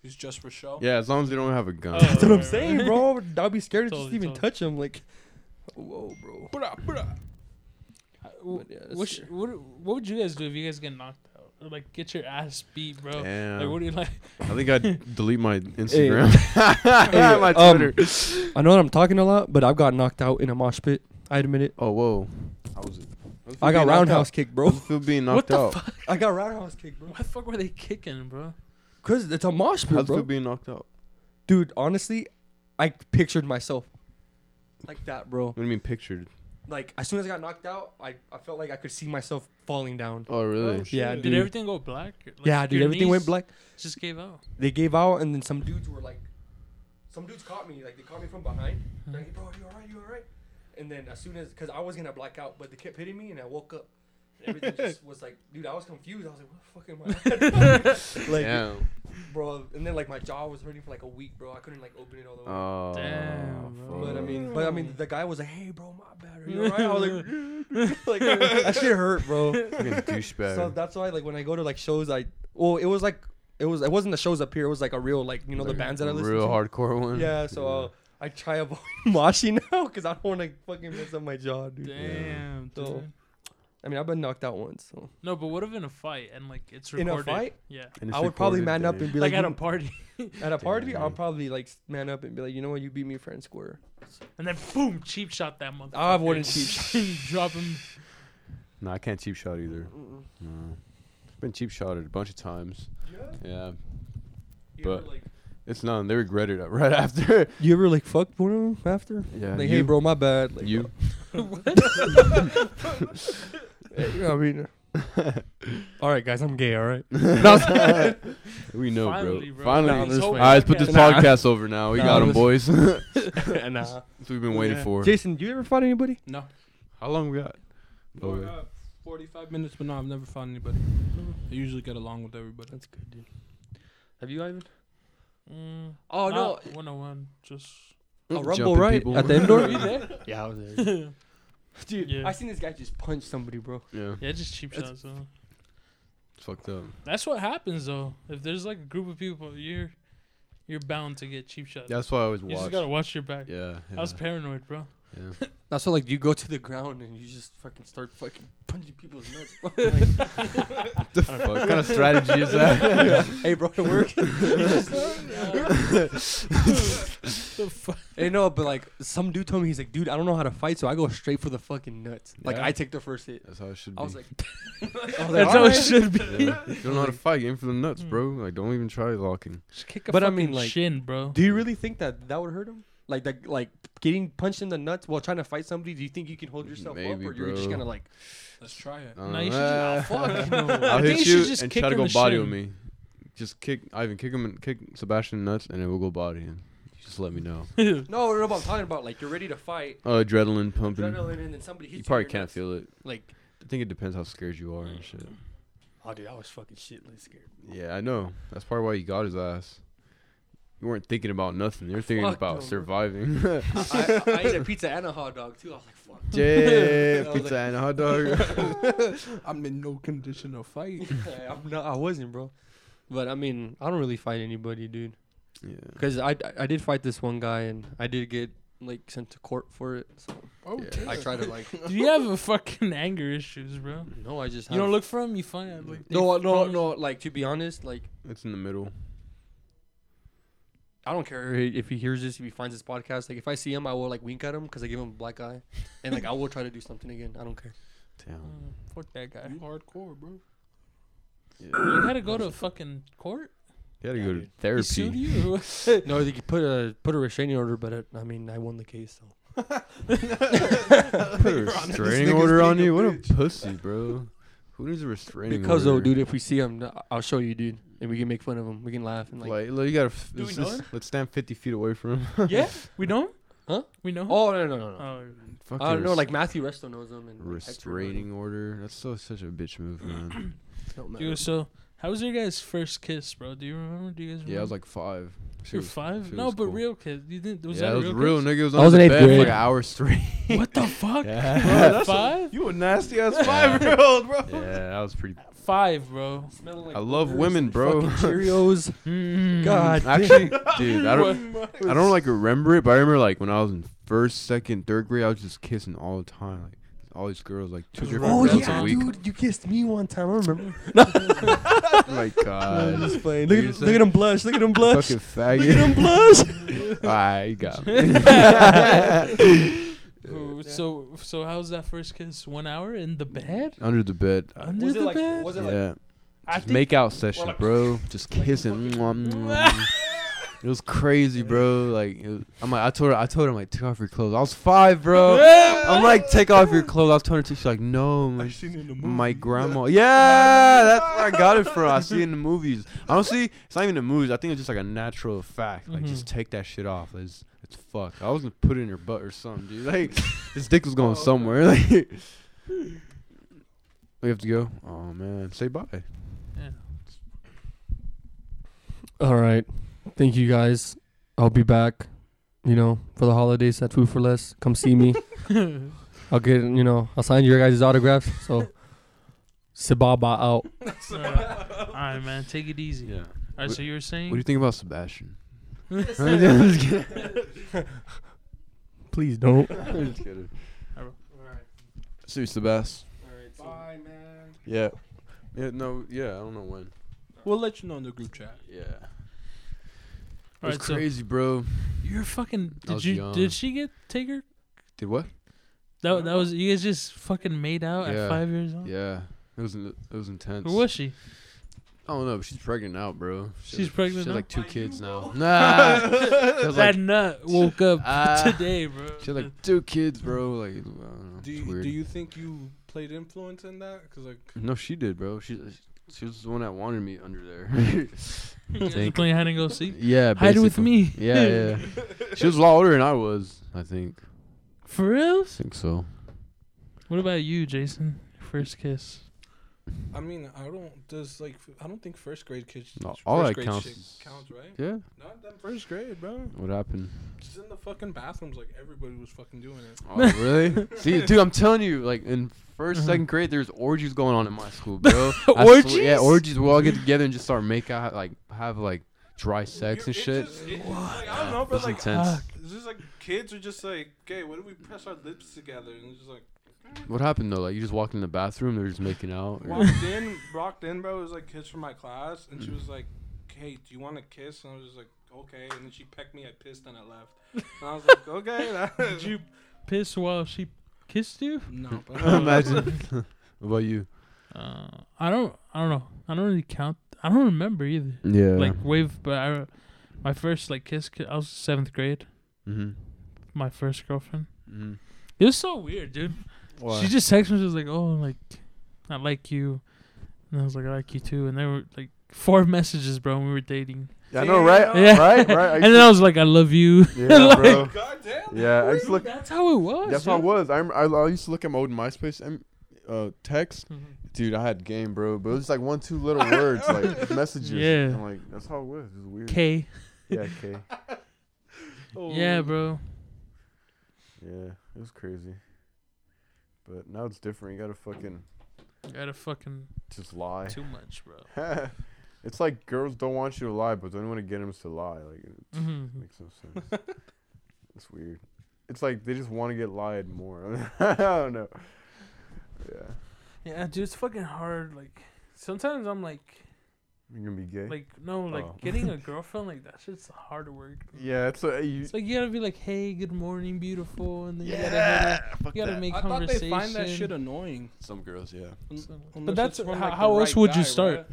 E: He's just for show.
C: Yeah, as long as they don't have a gun.
B: Oh.
D: that's what I'm
B: Right,
D: saying,
B: right.
D: bro. I'd be scared to just
B: Totally,
D: even
B: totally.
D: touch him. Like, whoa, bro.
E: Bruh, bruh.
B: I- w-
D: But yeah, that's
B: what, sh-
D: fair.
B: what, what would you guys do if you guys get knocked out? Or like get your ass beat,
D: Oh,
B: bro? Like
C: Damn.
B: what do you like?
C: I think I'd delete my Instagram. my
D: um,
C: Twitter.
D: I know that I'm talking a lot, but I've got knocked out in a mosh pit. I admit it.
C: oh, whoa. How was it?
D: I got roundhouse kick, bro.
C: Feel being
B: What
C: knocked
B: the
C: out.
B: fuck?
D: I got roundhouse kick, bro.
B: Why the fuck were
D: Oh,
B: they kicking, bro?
D: Cause it's a mosh
C: How
D: pit,
C: does it feel
D: bro.
C: being knocked out?
D: Dude, honestly, I pictured myself like that, bro.
C: What do you mean pictured?
D: Like as soon as I got knocked out, I, I felt like I could see myself falling down.
C: Oh, really?
E: Oh, shit.
D: Yeah,
B: Did
D: dude.
B: everything go black? Like,
D: yeah, dude.
B: your
D: Everything went
B: knees
D: black.
B: Just gave out.
D: They gave out, and then some dudes were like, some dudes caught me. Like they caught me from behind. They're like, bro, you alright? You alright? And then as soon as, cause I was gonna black out, but they kept hitting me, and I woke up. And everything just was like, dude, I was confused. I was like, what the fuck am I? like,
C: Damn.
D: bro. And then like my jaw was hurting for like a week, bro. I couldn't like open it all the way.
C: Oh,
B: Damn, bro.
D: But I
C: fuck.
D: mean, but I mean, the guy was like, "Hey, bro, my bad. Are you alright?" I was like, like that shit hurt, bro.
C: Fucking douchebag.
D: So that's why, like, when I go to like shows, I well, it was like it was it wasn't the shows up here. It was like a real like you know the
C: Like,
D: bands that I listen
C: Real
D: to.
C: hardcore one.
D: Yeah, so uh, I try avoid moshing now because I don't want to fucking mess up my jaw, dude.
B: Damn.
D: So-
B: dude.
D: I mean, I've been knocked out once, so
B: No, but what if in a fight and like it's
D: In
B: recorded?
D: a fight?
B: Yeah.
C: And it's
D: I would probably
C: recorded,
D: man up
C: damn.
D: and be
B: like,
D: like,
B: at
D: "Mm."
B: a
D: "You-
B: party,
D: at a party, I'll
C: Damn.
D: probably like man up and be like, you know what, you beat me fair and square.
B: and then boom, cheap shot that motherfucker.
D: I wouldn't cheap shot.
B: Drop him.
C: No, I can't cheap shot either. No. I've been cheap shotted a bunch of times. Yeah.
B: You ever,
C: But-
B: like,
C: It's none. They regret it right after.
D: You ever like fucked one of them after?
C: Yeah.
D: like,
C: you,
D: hey, bro, my bad. Like,
C: You.
D: Hey, you know what I mean? all right, guys, I'm gay. All right.
C: we know,
B: Finally, bro.
C: bro. Finally.
D: Nah,
C: All
D: this
B: whole
D: way.
C: right, let's put this
D: Nah.
C: podcast over now. We
D: Nah,
C: got 'em got them,
D: this-
C: boys. That's
D: nah.
C: what we've been waiting
E: Yeah.
C: for.
D: Jason, do you ever fight anybody?
E: No.
C: How long we got?
E: Or,
C: Boy.
E: uh, 45 minutes, but no, I've never found anybody. I usually get along with everybody.
D: That's good, dude. Have you, Ivan?
B: Mm,
D: Oh no,
B: One on one, just.
D: a rumble
C: Mm. Jumping
D: right
C: people.
D: at the indoor.
C: Yeah, I was there.
B: yeah,
D: Dude,
B: Yeah.
D: I seen this guy just punch somebody, bro.
C: Yeah.
B: just cheap shots. though.
C: It's fucked up.
B: That's what happens though. If there's like a group of people, you're you're bound to get cheap shots.
C: That's why I always
B: you just
C: watch.
B: gotta watch your back.
C: Yeah.
B: I was
C: yeah,
B: paranoid, bro.
C: yeah.
D: That's what like you go to the ground and you just fucking start fucking punching people's nuts.
C: the fuck kind of strategy is that?
D: hey, bro, it worked.
B: The fu-
D: hey, no, but like some dude told me he's like, dude, I don't know how to fight, so I go straight for the fucking nuts. Like
C: Yeah.
D: I take the first hit.
C: That's how it should be.
D: I was like, I was like,
B: That's how
D: "All
B: it
D: right."
B: should be.
C: Yeah. you don't know how to fight. Aim for the nuts, bro. Like, don't even try locking.
B: Just kick a
D: But I
B: fucking
D: mean, like,
B: shin, bro.
D: Do you really think that that would hurt him? Like that, like getting punched in the nuts while trying to fight somebody. Do you think you can hold yourself up,
C: Maybe,
D: or you're just
C: bro.
D: gonna like?
E: Let's try it.
C: I
B: No,
C: don't
B: you should
C: know.
B: just- oh, fuck, no.
C: Uh, I'll
B: I think you
C: hit
B: should
C: you
B: just
C: and
B: kick
C: try to
B: him
C: go
B: in the
C: body
B: shin.
C: with me. Just kick Ivan, kick him, and kick Sebastian nuts, and it will go body. And just let me know.
D: No, no, no. But I'm talking about like you're ready to fight,
C: Oh, adrenaline pumping.
D: adrenaline, and then somebody hits you.
C: you probably
D: in your
C: can't
D: nuts.
C: feel it.
D: Like,
C: I think it depends how scared you
D: Mm.
C: are and shit.
D: oh, dude, I was fucking shitless scared.
C: Yeah, I know. That's probably why you got his ass. You weren't thinking about nothing. You're thinking
D: Fuck
C: about
D: no.
C: surviving.
D: I, I, I ate a pizza and a hot dog too. I was like, fuck.
C: yeah,
D: I was
C: pizza
D: like-
C: and a hot dog.
E: I'm in no condition to fight.
D: Yeah, I'm not. I wasn't, bro. But I mean, I don't really fight anybody, dude.
C: yeah.
D: Because I, I did fight this one guy, and I did get like sent to court for it. So
E: Oh,
C: Yeah.
E: damn.
D: I try to like.
B: Do you have a fucking anger issues, bro?
D: No, I just.
B: You don't
D: have-
B: look for him, you find out, like they
D: No, no,
B: probably-
D: no. Like to be honest, like
C: It's in the middle.
D: I don't care if he hears this, if he finds this podcast. Like if I see him, I will like wink at him because I give him a black eye, and like I will try to do something again. I don't care.
C: Damn.
B: Mm, Fuck that guy.
E: You hardcore, bro.
C: Yeah.
B: You had to go to fucking court.
C: You gotta
E: Yeah,
C: go to
E: dude.
B: He sued
C: therapy.
B: you. or what?
D: No, they could put a put a restraining order, but it, I mean, I won the case. So
C: Put a restraining order on you. What a pussy, bro. Who needs a restraining
D: because
C: order?
D: though, dude, if we see him, I- I'll show you, dude, and we can make fun of him. We can laugh and like.
C: Like, look, you gotta. F-
B: Do we
C: let's
B: know
C: just-
B: him?
C: let's stand 50 feet away from him.
B: yeah, we know. Him?
D: Huh?
B: We know. Him?
D: oh no no no
C: Uh,
D: no!
B: Oh,
C: Fucking
D: I don't know.
C: res-
D: Like Matthew Resto knows him and like, Hector, but
C: restraining order. That's so such a bitch move, man.
D: it don't matter.
B: dude. So, how was your guys' first kiss, bro? Do you remember? Do you guys? Remember?
C: yeah, I was like five. She
B: You're
C: was-
B: five?
C: she
B: No,
C: was
B: but
C: cool.
B: real kiss. You didn't? Was that
C: yeah, it
B: a
C: was
B: real,
C: real
B: kiss?
C: nigga. It was
D: I
C: on
D: was
C: the
D: in eighth
C: bed for
D: grade.
C: like hours straight.
B: What the fuck?
C: Yeah.
B: Bro,
C: That's
B: at five?
E: You a nasty ass
C: five
E: year old, bro.
C: yeah, that was pretty.
B: Five, bro.
D: Smelling like
C: I love
D: boogers
C: women,
D: and
C: bro.
D: fucking Cheerios.
C: Mm.
D: God damn.
C: Actually, dude, I don't. I don't like remember it, but I remember like when I was in first, second, third grade, I was just kissing all the time, like all these girls, like two
B: Just
C: different
D: Oh
B: Oh,
C: girls
D: yeah,
C: a week.
D: dude, you kissed me one time. I remember.
C: Oh my god,
D: Look,
C: You
D: at,
C: said-
D: look at him blush. Look at him blush.
C: fucking
D: Look at him
C: faggot.
D: blush.
C: I got me.
B: Ooh, So, so how was that first kiss? One hour in the bed?
C: under the bed.
B: Under
D: Mm. Uh, Was it
B: the
D: like-
B: bed?
D: was it-
C: yeah,
B: I
C: just
B: think-
C: make out session,
D: like-
C: bro. Just kissing. Mwah, mwah, mwah. It was crazy, bro. Like, it was, I'm like, I told her, I told her, I'm like, take off your clothes. I was five, bro. I'm like, take off your clothes. I was telling her to. She's like, no, my, my grandma. Yeah, that's where I got it from. I see it in the movies. Honestly, it's not even the movies. I think it's just like a natural fact. Like, just
B: Mhm.
D: Mm-hmm.
C: take that shit off. It's it's fucked. I wasn't put it in her butt or something, dude. Like, this dick was
D: Oh,
C: going somewhere. Like, we have to go. Oh man, say bye.
B: Yeah.
D: All right. Thank you guys. I'll be back, you know, for the holidays at Food for Less. Come see me. I'll get, you know, I'll sign your guys' autographs. So, Sibaba out.
B: All right, man. Take it easy.
C: Yeah.
B: All right.
C: What-
B: So you were saying?
C: What do you think about Sebastian?
D: Please don't.
C: Just kidding.
E: Alright.
C: See you, Sebas.
E: Bye, man.
C: Yeah. Yeah. No. Yeah. I don't know when.
E: We'll let you know in the group chat.
C: Yeah. It
B: All
C: was
B: right. So
C: crazy, bro.
B: you're fucking.
C: I
B: Did
C: was
B: you?
C: young.
B: Did she get take her?
C: Did what?
B: That that was you guys just fucking made out
C: Yeah.
B: at five years old.
C: Yeah. It was in- it was intense.
B: Who was she?
C: I don't know, but she's pregnant now, bro. She
B: She's
C: has-
B: pregnant
C: She has
B: now?
C: like two kids now. Nah. she
B: that
C: has like,
B: nut woke up
C: Ah.
B: today, bro.
C: she had like two kids, bro. Like I don't know.
E: Do
C: it's
E: you,
C: weird.
E: do you think you played influence in that? Because, like,
C: No, she did, bro. She she was the one that wanted me under there.
B: You guys were
C: Think-
B: playing hide and go seek.
C: yeah. Basically.
B: Hide with me.
C: Yeah, yeah. she was a lot older than I was. I think.
B: For real?
C: I think so.
B: What about you, Jason? First kiss.
E: I mean, I don't. Does like f- I don't think first grade kids.
C: No,
E: first
C: all that
E: grade
C: counts
E: shit
C: is-
E: counts, right?
C: Yeah.
E: Not them first grade, bro.
C: What happened?
E: Just in the fucking bathrooms, like everybody was fucking doing it.
C: Oh, really? See, dude, I'm telling you, like in 1st
B: Uh-huh.
C: second grade, there's orgies going on in my school, bro. I
B: Orgies?
C: swear- yeah, orgies. We all get together and just start make out, like have like dry sex and shit.
E: Just, it just, like, I don't know, but
C: That's
E: like,
C: intense.
B: fuck.
E: it's just like kids are just like, okay, what do we press our lips together? And it's just like
C: What happened though? Like you just walked in the bathroom, they're just making out. or-
E: walked in, walked in, bro. It was like kids from my class, and she was like, "Hey, do you want to kiss?" And I was just like, "Okay." And then she pecked me, I pissed, and I left. And I was like, "Okay." that-
B: Did you piss while she kissed you?
E: No, but
C: Imagine. what about you?
B: Uh, I don't. I don't know. I don't really count. I don't remember either.
C: Yeah.
B: Like wave, but I, my first like kiss. ki- I was seventh grade.
C: Mm-hmm.
B: My first girlfriend.
C: Mm-hmm.
B: It was so weird, dude. She just texted me. She was like, "Oh, like, I like you," and I was like, "I like you too." And there were like four messages, bro. When we were dating.
C: yeah,
E: I know, right?
B: Yeah. and then Oh, I was like, "I love you." like,
E: God damn.
C: Yeah, I used to look.
B: That's how it was.
C: That's
B: dude.
C: how it was. I'm, I I used to look at my old MySpace and uh, text,
B: Mm-hmm.
C: dude. I had game, bro, but it was just, like one, two little words, like messages.
B: Yeah.
C: And, like that's how it was. It was weird.
B: K.
C: Yeah, K.
B: Yeah, bro.
C: Yeah, it was crazy. But now it's different. You gotta fucking
B: You gotta fucking
C: just lie.
B: too much, bro.
C: it's like girls don't want you to lie, but don't want to get them to lie. Like it
B: Mhm.
C: makes no sense. it's weird. It's like they just want to get lied more. I don't know. Yeah,
B: Yeah, dude, it's fucking hard. Like sometimes I'm like,
C: you're gonna be
E: Eh?
C: gay.
B: like no, like
C: Oh.
B: getting a girlfriend like that shit's hard work.
C: yeah, it's like you.
B: It's like you gotta be like, hey, good morning, beautiful, and then you gotta hit
C: yeah,
B: her.
C: fuck
B: You gotta
C: that.
B: make
E: I thought
B: conversation.
E: they find that shit annoying.
C: some girls. Yeah,
E: Unless
B: that's-
E: it's from,
B: how-
E: the
B: how else would you
E: guy,
B: start?
E: right?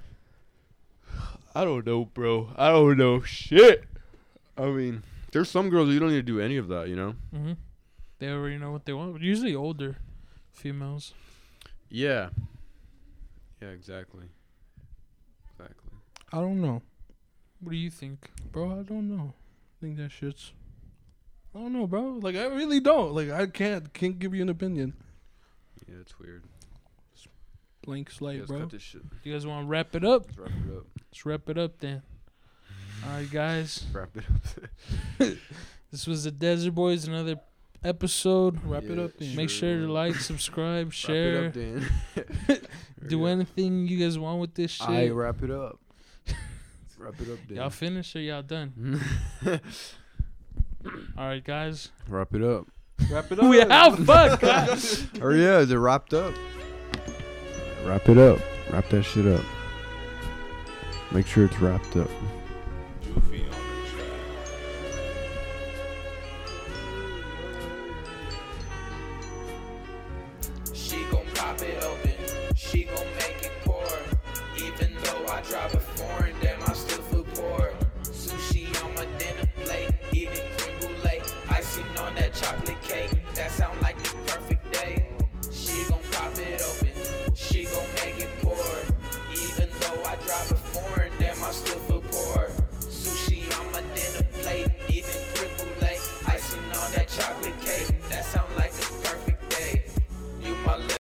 C: I don't know, bro. I don't know shit. I mean, there's some girls you don't need to do any of that. You know.
B: hmm They already know what they want. but Usually older females.
C: Yeah. Yeah, exactly. Exactly.
E: I don't know,
B: What do you think?
E: bro. I don't know. I think that shit's. I don't know, bro. Like I really don't. Like I can't can't give you an opinion.
C: Yeah, it's weird.
E: Blank slate,
C: Let's
E: bro.
C: cut this shit.
B: Do you guys want to wrap it up?
C: Let's wrap it up.
B: Let's wrap it up then. All right, guys.
C: Wrap it up.
B: This was the Desert Boys. Another episode.
E: Wrap it
C: Yeah,
E: up, then.
B: Make sure to like, subscribe, share.
C: Wrap it up, Dan.
B: Do anything you guys want with this shit.
C: I wrap it up. wrap it up, Dan.
B: y'all finished or y'all done? All right, guys.
C: wrap it up.
E: Wrap it up.
B: We out. Fuck. God.
C: Or yeah, is it wrapped up? Wrap it up. Wrap that shit up. Make sure it's wrapped up.
A: Goofy on the track. She gon' pop it open.